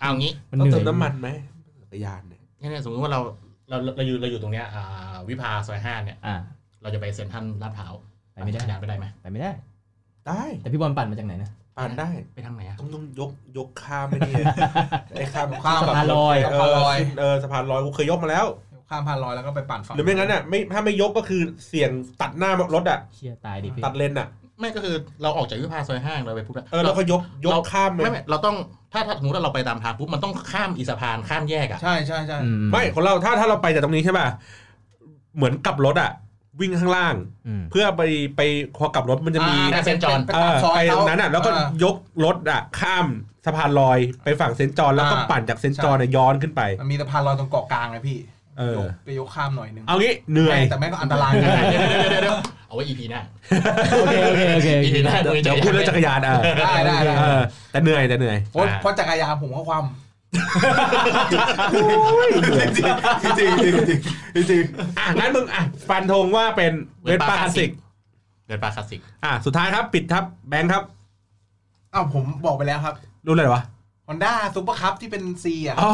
เอางี้ มัน ต้อง เหนื่ เติ อมยน้ำมันไหมจักรยานเนี่ย เนี่ยเนี่ยสมมติว่าเราเราเราเราอยู่เราอยู่ตรงเนี้ยอ่าวิภาซอยห้าเนี่ย อ่า เราจะไปเซ็นทรัลลาดพร้าว ไปไม่ได้ จักรยานไปได้ไหม ไปไม่ได้ ได้ แต่พี่บอลปั่นมาจากไหนนะ ปานได้ ไปทางไหนอ่ะ ต้องต้องยกยกข้ามไปนี่ ไอ้ข้ามข้าม สะพานลอย เออ สะพานลอย ขึ้นเออสะพานลอยกูเคยยกมาแล้ว ข้ามพานลอยแล้วก็ไปปั่นฝั่ง หรือไม่งั้นอ่ะไม่ถ้าไม่ยกก็คือเสี่ยงตัดหน้ารถอ่ะ เชี่ยตายดิพี่ ตัดเลนอ่ะ ไม่ก็คือเราออกจากวิภาซอยห้าเราไปปุ๊บะ เออแล้วก็ยกยกข้ามไป ไม่ไม่เราต้องถ้าถ้าสมมติว่าเราไปตามทางปุ๊บมันต้องข้ามอีสะพานข้ามแยกอ่ะ ใช่ใช่ใช่ อื ไม่ของเราถ้าถ้าเราไปจากตรงนี้ใช่ป่ะเหมือนกลับรถอ่ะ วิ่งข้างล่าง อืม เพื่อไปไปพอกลับรถมันจะมี อ่าเซนจอน ไป เอ ตาม อ ซอย ไปต เขา รงนั้นอ่ะแล้วก็ เออ ยกรถอ่ะข้ามสะพานลอยไปฝั่งเซนต์จอห์นแล้วก็ อ่า ปั่นจากเซนต์จอห์นเนี่ยย้อนขึ้นไป มันมีสะพานลอยตรงเกาะกลางไงพี่ เออ ยกไปยกข้ามหน่อยนึง เอางี้เหนื่อย แต่แม่งก็อันตรายนะ เดี๋ยวเดี๋ยวเดี๋ยวเดี๋ยวเอาไว้ EP หน้า โอเคโอเคโอเคโอ EP เค หน้า เดี๋ยวพูดเรื่องจักรยานอ่ะ ได้ได้ได้ เออแต่เหนื่อยแต่เหนื่อย เพราะเพราะจักรยานผมก็ความ จริงจริงจริงจริง อ่ะงั้นมึงอ่ะฟันธงว่าเป็นเวสป้าคลาสสิก เดินปลาคลาสสิก อ่ะสุดท้ายครับปิดครับแบงค์ครับ อ้าวผมบอกไปแล้วครับ รู้เลยเหรอวะ Honda Super Cup ที่เป็น C อ่ะ อ๋อ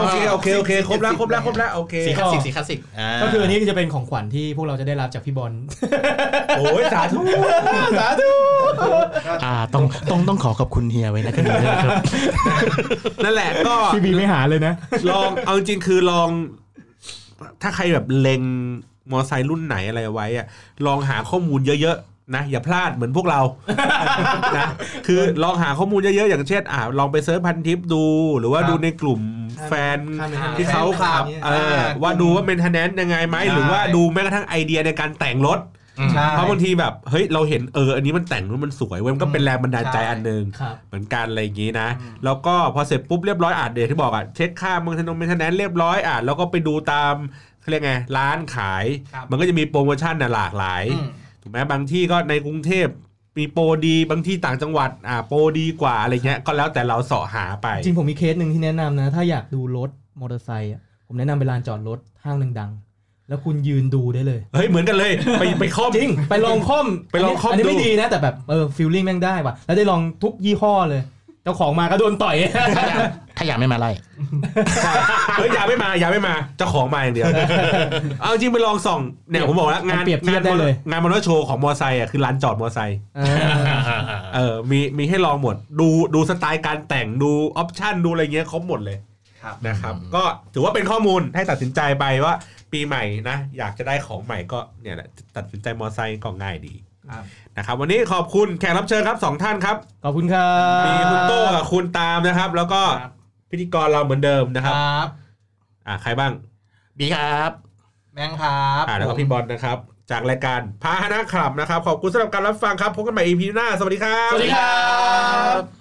โอเคโอเคโอเคครบแล้วครบแล้วครบแล้วโอเค สีคลาสสิกสีคลาสสิกา ก็คืออันนี้จะเป็นของขวัญที่พวกเราจะได้รับจากพี่บอล โอ้ยสาธุสาธุ อ่าต้องต้องต้องขอขอบคุณเฮียไว้นะที่นี้ด้วยนะครับ นั่นแหละก็ พี่บีไม่หาเลยนะ ลองเอาจริงๆคือลอง ถ้าใครแบบเล็งมอไซค์รุ่นไหนอะไรไว้อะลองหาข้อมูลเยอะๆนะอย่าพลาดเหมือนพวกเรา นะคือลองหาข้อมูลเยอะๆอย่างเช่นอ่าลองไปเซิร์ชพันทิปดู หรือว่า ครับ ดูในกลุ่มแฟน ข้ามไป ที่เขา ข้า ขับมไป เออ อ่า ว่าดูว่าเมนเทนแนนยังไงไหม ใช่ หรือว่าดูแม้กระทั่งไอเดียในการแต่งรถ ใช่ เพราะบางทีแบบเฮ้ยเราเห็นเอออันนี้มันแต่งรถมันสวยเว้ยมันก็เป็นแรงบันดาลใจอันหนึ่ง ครับ เหมือนกันอะไรอย่างนี้นะ อืม แล้วก็พอเสร็จปุ๊บเรียบร้อยอ่านเดทที่บอกอ่ะเช็คค่าเมืองธนงเมนเทนแนนเรียบร้อยอ่ะแล้วก็ไปดูตามเขาเรียกไงร้านขาย ครับ มันก็จะมีโปรโมชั่นน่ะหลากหลาย อืม ถูกไหมบางที่ก็ในกรุงเทพมีโปรดีบางที่ต่างจังหวัดอ่ะโปรดีกว่าอะไรเงี้ยก็แล้วแต่เราเสาะหาไป จริงผมมีเคสหนึ่งที่แนะนำนะ ถ้าอยากดูรถมอเตอร์ไซค์อะผมแนะนำไปลานจอดรถห้างดังๆแล้วคุณยืนดูได้เลย เฮ้ยเหมือนกันเลย ไปไปครอบ จริง ไปลองคอม ไปลองค่อม นนี้ ดู ไม่ดีนะ แต่แบบเออฟิลลิ่งแม่งได้ว่ะ แล้วได้ลองทุกยี่ห้อเลย เจ้าของมาก็โดนต่อย ถ้าอยากถ้าอยากไม่มาไล่ เฮ้ยอย่าไม่มาอย่าไม่มาเจ้าของมาอย่างเดียว เอาจริงไปลองส่องเนี่ยผมบอกแล้วงาน เปรียบเที งาย น บได้เลย งานมอเตอร์โชว์ของมอไซค์อ่ะคือร้านจอดมอไซค์ เออ เออ มี มีให้ลองหมด ดู ดูสไตล์การแต่ง ดู ออปชันดูอะไรเงี้ย ครบหมดเลย ครับ นะครับ อืม ก็ถือว่าเป็นข้อมูลให้ตัดสินใจไปว่า ปีใหม่นะ อยากจะได้ของใหม่ก็ เนี่ยแหละ ตัดสินใจมอไซค์ก็ง่ายดี ครับ นะครับ วันนี้ขอบคุณแขกรับเชิญครับสองท่านครับ ขอบคุณครับ มีคุณโต้กับคุณตามนะครับ แล้วก็ ครับ พิธีกรเราเหมือนเดิมนะ ค ครับ รับ อ่าใครบ้าง บีครับ แมงครับ อ่าแล้วก็พี่บอลนะครับ จากรายการพาหนะครับนะครับ ขอบคุณสำหรับการรับฟังครับ พบกันใหม่ EP หน้า สวัสดีครับ สวัสดีครับ